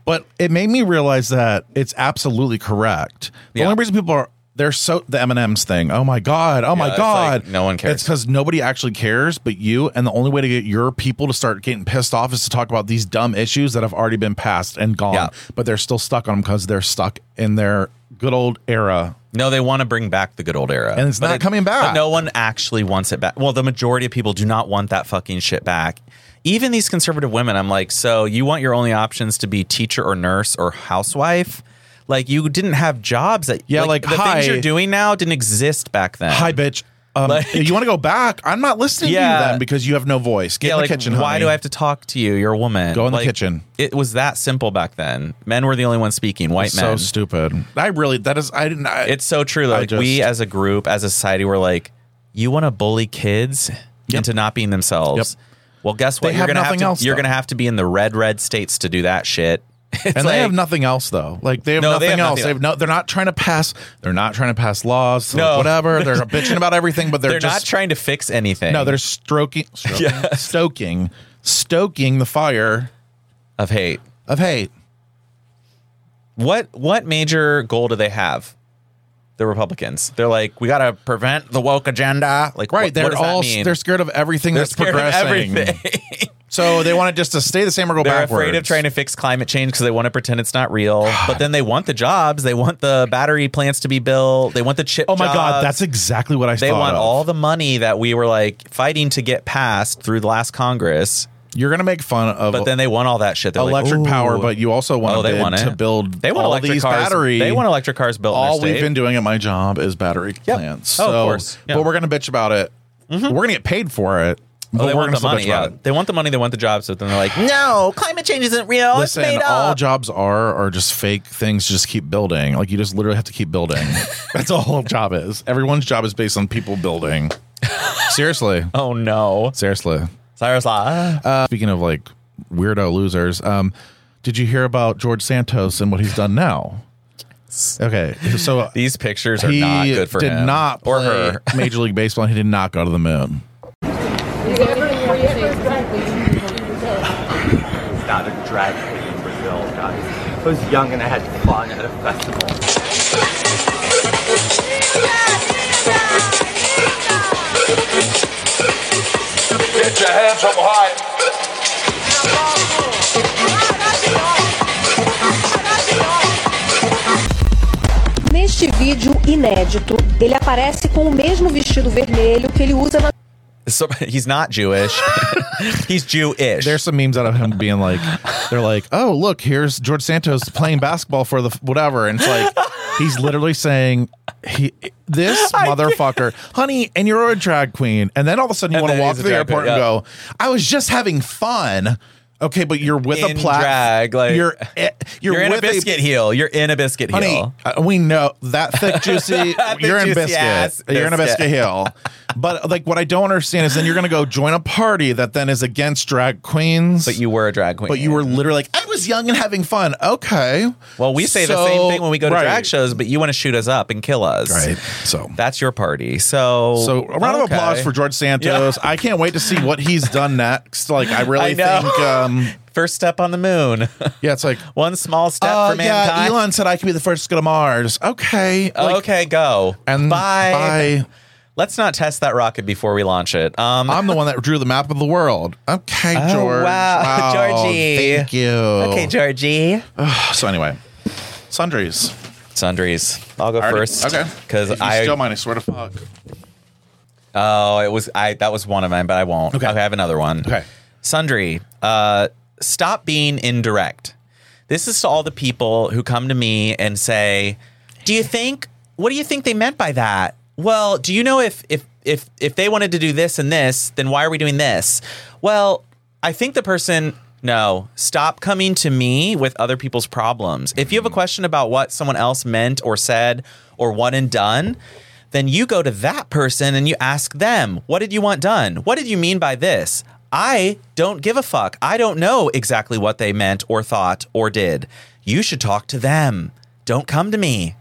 S1: But it made me realize that it's absolutely correct. The only reason people are. They're so the M and M's thing. Oh my god! Oh
S2: Yeah,
S1: my
S2: it's
S1: god!
S2: like no one cares.
S1: It's because nobody actually cares, but you. And the only way to get your people to start getting pissed off is to talk about these dumb issues that have already been passed and gone. But they're still stuck on them because they're stuck in their good old era
S2: No, they want to bring back the good old era.
S1: And it's not coming back.
S2: But no one actually wants it back. Well, the majority of people do not want that fucking shit back. Even these conservative women, I'm like, so you want your only options to be teacher or nurse or housewife? Like you didn't have jobs that
S1: Yeah, like,
S2: the
S1: hi.
S2: things you're doing now didn't exist back then.
S1: Hi, bitch. Um,
S2: Like-
S1: you want to go back? I'm not listening
S2: Yeah.
S1: to you then because you have no voice. Get
S2: yeah,
S1: in the
S2: like
S1: kitchen.
S2: why
S1: honey.
S2: do I have to talk to you? You're a woman.
S1: Go in the
S2: Like,
S1: kitchen.
S2: It was that simple back then. Men were the only ones speaking. White
S1: It's
S2: men.
S1: So stupid. I really. That is. I didn't. I,
S2: it's so true. though.
S1: I
S2: Like we
S1: just-
S2: as a group, as a society, we're like, you want to bully kids into not being themselves. Well, guess what?
S1: They
S2: you're
S1: have
S2: gonna
S1: nothing
S2: have to,
S1: else,
S2: You're
S1: though.
S2: gonna have to be in the red, red states to do that shit. [LAUGHS] It's
S1: and
S2: like,
S1: they have nothing else though. Like they have
S2: No,
S1: nothing
S2: they have
S1: else.
S2: nothing
S1: They have no. They're not trying to pass. They're not trying to pass laws. so
S2: No.
S1: whatever.
S2: [LAUGHS]
S1: They're bitching about everything, but they're,
S2: they're not
S1: just
S2: trying to fix anything.
S1: No, they're stroking, stroking stoking, stoking the fire
S2: of hate.
S1: of hate.
S2: What what major goal do they have? The Republicans. They're like, we gotta prevent the woke agenda. Like,
S1: Right.
S2: what-
S1: they're
S2: what does that
S1: all.
S2: mean?
S1: They're scared of everything
S2: They're
S1: that's
S2: scared of
S1: progressing.
S2: everything.
S1: [LAUGHS] So they want it just to stay the same or go
S2: [LAUGHS] They're
S1: backwards.
S2: afraid of trying to fix climate change because they want to pretend it's not real. But then they want the jobs. They want the battery plants to be built. They want the chip.
S1: oh my god,
S2: jobs.
S1: that's exactly what I
S2: They
S1: thought.
S2: want
S1: of.
S2: all the money that we were like fighting to get passed through the last Congress.
S1: You're gonna make fun of,
S2: but then they want all that shit. They're like,
S1: electric power,
S2: "Ooh."
S1: but you also want
S2: Oh,
S1: a
S2: they
S1: bid
S2: want
S1: to
S2: it.
S1: build
S2: They want
S1: all
S2: electric
S1: these
S2: cars.
S1: battery.
S2: They want electric cars built. in their
S1: all we've
S2: state.
S1: been doing at my job is battery plants.
S2: Oh, of
S1: so,
S2: course. Yeah. Mm-hmm.
S1: But we're gonna bitch about it. We're gonna get paid for it. But
S2: Oh, they
S1: we're
S2: want
S1: gonna
S2: the
S1: still
S2: money.
S1: bitch about
S2: Yeah,
S1: it.
S2: they want the money. They want the jobs. But then they're like, no, climate change isn't real. it's
S1: Listen,
S2: made
S1: all
S2: up.
S1: jobs are are just fake things. Just keep building. Like you just literally have to keep
S2: [LAUGHS]
S1: building. That's all whole job is. Everyone's job is based on people
S2: [LAUGHS]
S1: building. Seriously.
S2: oh no.
S1: Seriously.
S2: Cyrus La.
S1: Uh, speaking of like weirdo losers, um, did you hear about George Santos and what he's done now? Okay, so
S2: These pictures are not good for
S1: did
S2: him
S1: not
S2: or
S1: play
S2: her.
S1: [LAUGHS] Major League Baseball. He did not go to the moon.
S18: Not a drag queen in Brazil, guys. I was young and I had fun at a festival.
S7: Get your hands up high.
S19: Neste vídeo inédito, ele aparece com o mesmo vestido vermelho que ele usa na
S2: So, [LAUGHS] he's
S1: [LAUGHS]
S2: not Jewish. he's Jewish.
S1: There's some memes out of him being like, they're like, oh look, here's George Santos playing basketball for the f- whatever, and it's like he's literally saying he
S2: [LAUGHS]
S1: this motherfucker, honey, and you're a drag queen, and then all of a sudden you
S2: And
S1: want to
S2: then
S1: walk
S2: he's
S1: to
S2: a
S1: the
S2: drag queen,
S1: airport and
S2: yeah.
S1: go, I was just having fun. Okay, but you're with
S2: In
S1: a plaque.
S2: drag, like-
S1: you're eh, you're,
S2: You're, in
S1: with
S2: a biscuit heel. You're in a biscuit
S1: Honey,
S2: heel.
S1: uh, we know that thick, juicy.
S2: [LAUGHS] That
S1: you're
S2: thick,
S1: in
S2: juicy ass
S1: biscuit. You're in a
S2: biscuit.
S1: biscuit hill. But like, what I don't understand is then you're gonna go join a party that then is against drag queens. But
S2: you were a drag queen.
S1: But you were literally like, I was young and having fun. Okay.
S2: Well, we say the
S1: So-
S2: same thing when we go to
S1: right.
S2: drag shows, but you want to shoot us up and kill us.
S1: Right. So
S2: that's your party. So
S1: So a round of
S2: Oh, okay.
S1: applause for George Santos. I can't wait to see what he's done next. Like, I really
S2: [LAUGHS] I know.
S1: think. Um,
S2: First step on the moon. [LAUGHS]
S1: yeah, it's like
S2: one small step
S1: uh,
S2: for
S1: yeah,
S2: mankind.
S1: Elon said I could be the first to go to Mars. Okay. Like,
S2: okay, go.
S1: And
S2: bye.
S1: bye.
S2: Let's not test that rocket before we launch it. Um,
S1: I'm the one that drew the map of the world. Okay,
S2: Oh,
S1: George.
S2: wow. [LAUGHS] Georgie.
S1: Thank you.
S2: Okay, Georgie.
S1: so anyway, sundries.
S2: Sundries. I'll go
S1: Already-
S2: first.
S1: okay.
S2: Because
S1: If you
S2: I
S1: steal mine, I swear to fuck.
S2: Oh, it was I. That was one of mine, but I won't. Okay, I have another one.
S1: Okay,
S2: Sundry, uh, stop being indirect. This is to all the people who come to me and say, "Do you think? What do you think they meant by that?" Well, do you know if if if if they wanted to do this and this, then why are we doing this? Well, I think the person. No, stop coming to me with other people's problems. If you have a question about what someone else meant or said or one and done, then you go to that person and you ask them, What did you want done? What did you mean by this? I don't give a fuck. I don't know exactly what they meant or thought or did. You should talk to them. Don't come to me.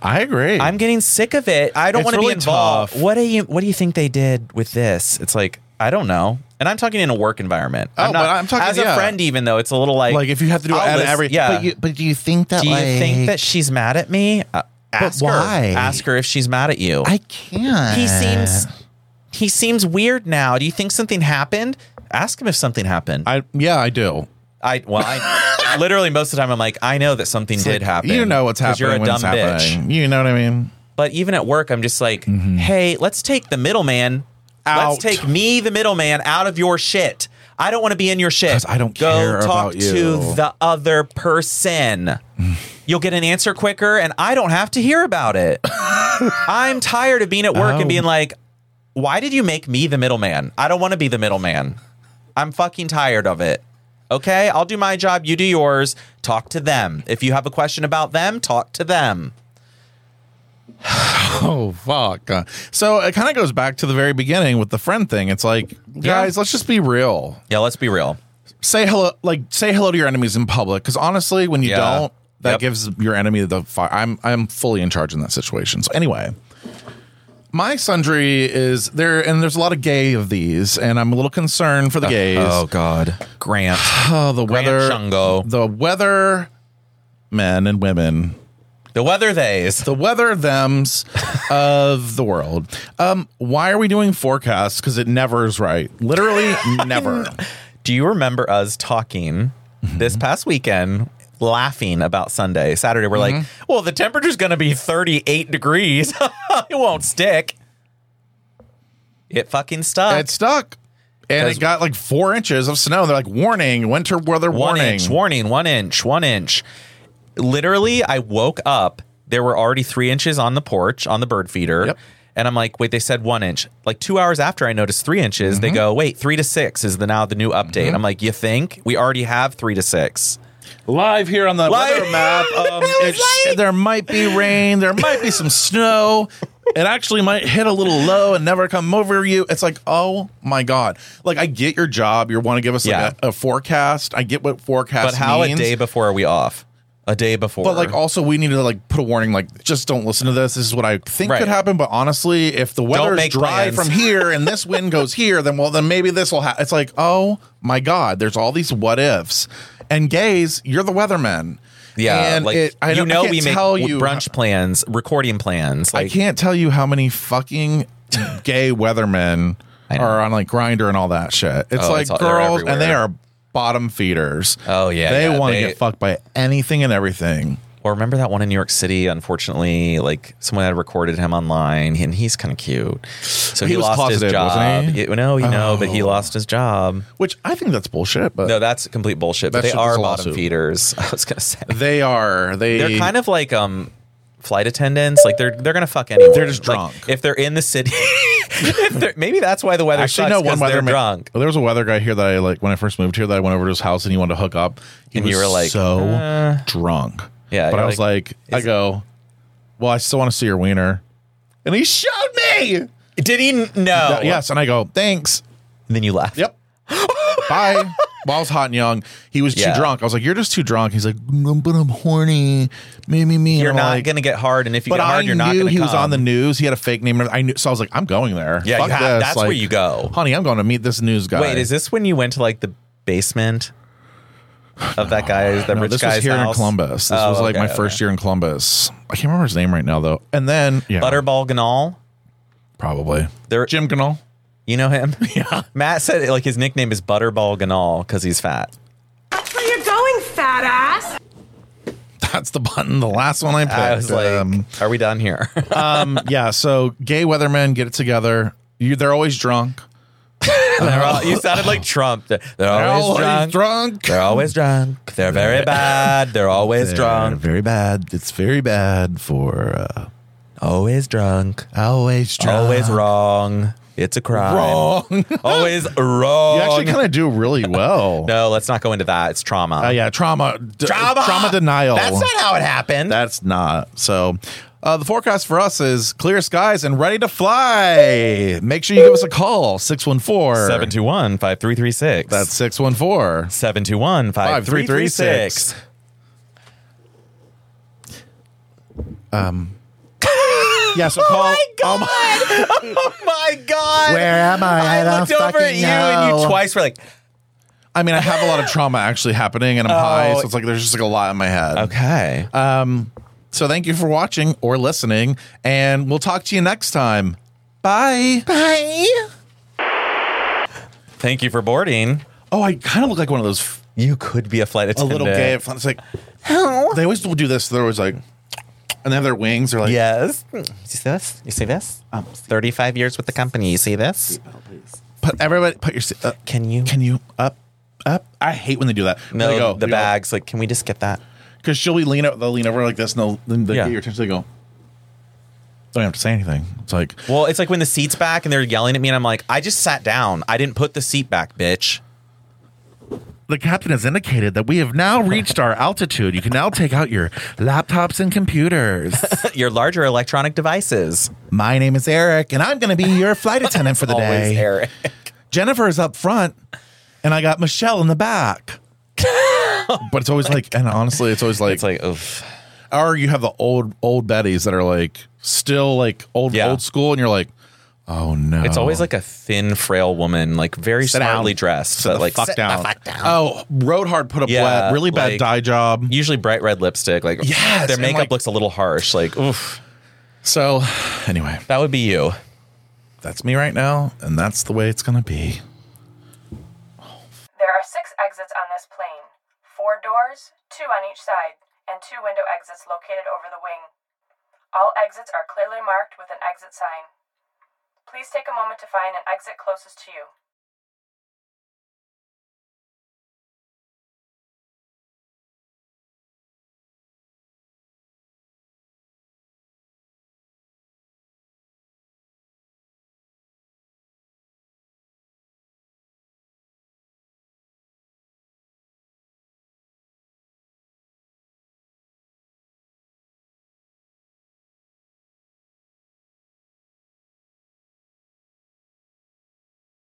S1: I agree.
S2: I'm getting sick of it. I don't
S1: It's
S2: want to
S1: really
S2: be involved.
S1: tough.
S2: What do you What do you think they did with this? It's like I don't know. And I'm talking in a work environment.
S1: Oh,
S2: I'm not,
S1: but I'm talking-
S2: as a
S1: yeah.
S2: friend, even though it's a little like
S1: Like, if you have to do it
S2: I'll
S1: at
S2: listen-
S1: every.
S2: yeah.
S1: But, you, but do you think that?
S2: do you
S1: like,
S2: think that she's mad at me? Uh, ask
S1: why?
S2: her. Ask her if she's mad at you.
S1: I can't.
S2: He seems he seems weird now. Do you think something happened? Ask him if something happened.
S1: I yeah, I do.
S2: I well, I literally most of the time I'm like, I know that something did happen.
S1: You know what's
S2: 'cause
S1: happening.
S2: You're a
S1: when
S2: dumb
S1: it's
S2: bitch.
S1: happening. You know what I mean?
S2: But even at work, I'm just like, hey, let's take the middleman
S1: Mm-hmm. Out.
S2: Let's take me, the middleman, out of your shit. I don't want to be in your shit.
S1: I don't
S2: Go
S1: care
S2: talk
S1: about
S2: to
S1: you.
S2: the
S1: [SIGHS]
S2: other person. You'll get an answer quicker, and I don't have to hear
S1: [LAUGHS]
S2: about it. I'm tired of being at work
S1: Oh.
S2: and being like, why did you make me the middleman? I don't want to be the middleman. I'm fucking tired of it. Okay, I'll do my job, you do yours. Talk to them. If you have a question about them, talk to them.
S1: Oh fuck. Uh, So it kind of goes back to the very beginning with the friend thing. It's like, guys, let's just be real.
S2: Yeah, let's be real.
S1: Say hello, like say hello to your enemies in public. Because honestly, when you
S2: Yeah.
S1: don't, that
S2: Yep.
S1: gives your enemy the fire. I'm I'm fully in charge in that situation. So anyway, my sundry is there, and there's a lot of gay of these, and I'm a little concerned for the gays.
S2: Oh God, Grant.
S1: Oh, [SIGHS] the
S2: Grant
S1: weather,
S2: Shango.
S1: the weather, men and women
S2: The weather theys.
S1: The weather
S2: [LAUGHS]
S1: thems of the world. Um, why are we doing forecasts? Because it never is right.
S2: [LAUGHS]
S1: Literally never.
S2: Do you remember us talking this past weekend, laughing about Sunday, Saturday? We're like, well, the temperature's going to be 38 degrees. [LAUGHS] it won't stick. It fucking stuck.
S1: It stuck. And it got like four inches of snow. They're like, warning, winter weather
S2: One
S1: warning.
S2: inch, warning, one inch, one inch. Literally, I woke up. There were already three inches on the porch, on the bird feeder. And I'm like, wait, they said one inch. Like two hours after I noticed three inches,
S1: Mm-hmm.
S2: they go, wait, three to six is the now the new update. I'm like, you think? We already have three to six.
S1: Live here on the weather [LAUGHS] map. Um, it's- there might be rain. There might be some snow. It actually might hit a little low and never come over you. It's like, oh my god! Like I get your job. You want to give us like a, a forecast. I get what forecast.
S2: But how
S1: means.
S2: a day before are we off? A day before.
S1: But like, also, we need to like put a warning. Like, just don't listen to this. This is what I think
S2: Right.
S1: could happen. But honestly, if the weather is
S2: make
S1: dry
S2: plans.
S1: from here and this wind
S2: [LAUGHS]
S1: goes here, then well, then maybe this will happen. It's like, oh my god, there's all these what ifs. And gays, you're the weatherman.
S2: yeah,
S1: and
S2: like
S1: it- I
S2: you
S1: don't- I
S2: know
S1: can't
S2: we make
S1: tell
S2: w-
S1: you-
S2: brunch plans, recording plans. Like
S1: I can't tell you how many fucking gay weathermen are on like grinder and all that shit. It's
S2: Oh,
S1: like
S2: it's all- they're
S1: girls, and they
S2: everywhere.
S1: are bottom feeders.
S2: Oh yeah,
S1: they
S2: yeah,
S1: want to
S2: they-
S1: get fucked by anything and everything.
S2: Or remember that one in New York City? Unfortunately, like someone had recorded him online, and he's kind of cute. So
S1: He
S2: he,
S1: was
S2: lost his
S1: closeted,
S2: job.
S1: wasn't he?
S2: Yeah, no, you know, but he
S1: Oh.
S2: lost his job.
S1: Which I think that's bullshit. But
S2: no, that's complete bullshit. But
S1: That's
S2: they
S1: just-
S2: are
S1: it's a
S2: bottom
S1: lawsuit.
S2: feeders. [LAUGHS] I was gonna say
S1: they are. They
S2: they're kind of like um flight attendants. Like they're they're gonna fuck anyone. They're just drunk. if they're in the city, [LAUGHS] if they're, maybe that's why the weather
S1: Actually,
S2: sucks.
S1: no. One
S2: 'cause they're
S1: weather
S2: drunk.
S1: There was a weather guy here that I like when I first moved here. That I went over to his house and he wanted to hook up. He
S2: And
S1: was
S2: you were like,
S1: so
S2: uh,
S1: drunk.
S2: Yeah,
S1: but
S2: you're
S1: I was like, I go, well, I still want to see your wiener, and he showed me.
S2: Did he know?
S1: Yes, and I go, thanks.
S2: And then you left.
S1: Yep. [LAUGHS] Bye. Well, I was hot and young. He was
S2: Yeah.
S1: too drunk. I was like, "You're just too drunk." He's like, "No, "But I'm horny, me, me, me." And
S2: You're
S1: I'm
S2: not
S1: like,
S2: gonna get hard, and if you
S1: but
S2: get hard,
S1: I
S2: you're
S1: knew
S2: not gonna.
S1: he was
S2: come.
S1: on the news. He had a fake name. and I knew, so I was like, "I'm going there."
S2: Yeah,
S1: Fuck
S2: you have-
S1: this.
S2: that's where
S1: Like,
S2: you go.
S1: Oh, honey. I'm going to meet this news guy.
S2: Wait, is this when you went to like the basement of that guy's the
S1: No,
S2: rich
S1: this
S2: guy's
S1: was here
S2: house?
S1: in Columbus. This
S2: Oh,
S1: was like
S2: okay,
S1: my
S2: okay.
S1: first year in Columbus. I can't remember his name right now though. And then yeah,
S2: Butterball Ganal.
S1: probably
S2: There,
S1: Jim Ganal.
S2: You know him? [LAUGHS] Yeah. Matt said like his nickname is Butterball Ganal because he's fat.
S20: That's where you're going, fat ass.
S1: That's the button. The last one I picked.
S2: I was like,
S1: um,
S2: are we done here? [LAUGHS]
S1: um, yeah. So gay weathermen get it together. You, they're always drunk.
S2: They're all- you sounded like Trump. They're, they're
S1: They're
S2: always,
S1: always
S2: drunk.
S1: drunk.
S2: They're always drunk. They're very bad. They're always
S1: They're
S2: drunk.
S1: Very bad. It's very bad for. Uh,
S2: Always drunk. Oh,
S1: Always drunk.
S2: Always wrong. It's a crime.
S1: Wrong.
S2: always wrong.
S1: [LAUGHS] You
S2: [LAUGHS]
S1: actually kind of do really well.
S2: Oh, No, let's not go into that. It's trauma.
S1: Uh, yeah, trauma, d-
S2: Trauma!
S1: trauma denial.
S2: That's not how it happened.
S1: That's not. So, uh, the forecast for us is clear skies and ready to fly. Make sure you give us a call 614
S2: 721 5336.
S1: That's 614
S2: 721 5336.
S1: Um, yeah, so call.
S2: Oh my god! Oh my god!
S1: Where am I? I don't
S2: looked over at
S1: fucking
S2: you and
S1: know.
S2: you twice were like,
S1: I mean, I have a lot of trauma actually happening and I'm
S2: Oh.
S1: high, so it's like there's just like a lot in my head.
S2: Okay.
S1: Um, so thank you for watching or listening, and we'll talk to you next time. Bye. Bye.
S2: "Thank you for boarding."
S1: Oh, I kind of look like one of those. f-
S2: You could be a flight
S1: a
S2: attendant.
S1: little gay. It's like they always will do this. They're always like, and they have their wings. They're like,
S2: Yes. You see this? You see this? Um, Thirty-five years with the company. You see this?
S1: Put everybody, put your. se- Uh,
S2: can you?
S1: Can you up, up? I hate when they do that.
S2: No,
S1: they go,
S2: the bags. Like, can we just get that?
S1: Because she'll be lean over, they'll lean over like this, and they'll then they
S2: Yeah.
S1: get your attention. They go, don't have to say anything. It's like
S2: Well, it's like when the seat's back and they're yelling at me, and I'm like, "I just sat down. I didn't put the seat back, bitch." [LAUGHS]
S1: the captain has indicated that we have
S2: [LAUGHS]
S1: now reached our altitude. You can now take out your laptops and
S2: [LAUGHS]
S1: computers.
S2: Your larger electronic devices.
S1: My name is Eric, and I'm going to be your
S2: [LAUGHS]
S1: flight attendant for the
S2: Always
S1: day.
S2: [LAUGHS] Eric.
S1: Jennifer is up front, and I got Michelle in the
S2: [LAUGHS]
S1: back. but it's always like, and honestly, it's always like, it's
S2: like, oof.
S1: Or you have the old old Bettys that are like still like old
S2: Yeah.
S1: old school, and you're like, Oh no!
S2: It's always like a thin, frail woman, like very
S1: Sit down.
S2: smartly dressed.
S1: Sit the
S2: that, like
S1: fuck
S2: sit
S1: down.
S2: the fuck down.
S1: Oh, road hard put up wet, really bad
S2: like,
S1: dye job.
S2: Usually bright red lipstick. Like
S1: Yes,
S2: their
S1: and,
S2: makeup
S1: like-
S2: looks a little harsh. Like oof.
S1: So [SIGHS] anyway,
S2: that would be you.
S1: That's me right now, and that's the way it's gonna be.
S15: There are six exits on this plane four doors, two on each side, and two window exits located over the wing. All exits are clearly marked with an exit sign. Please take a moment to find an exit closest to you.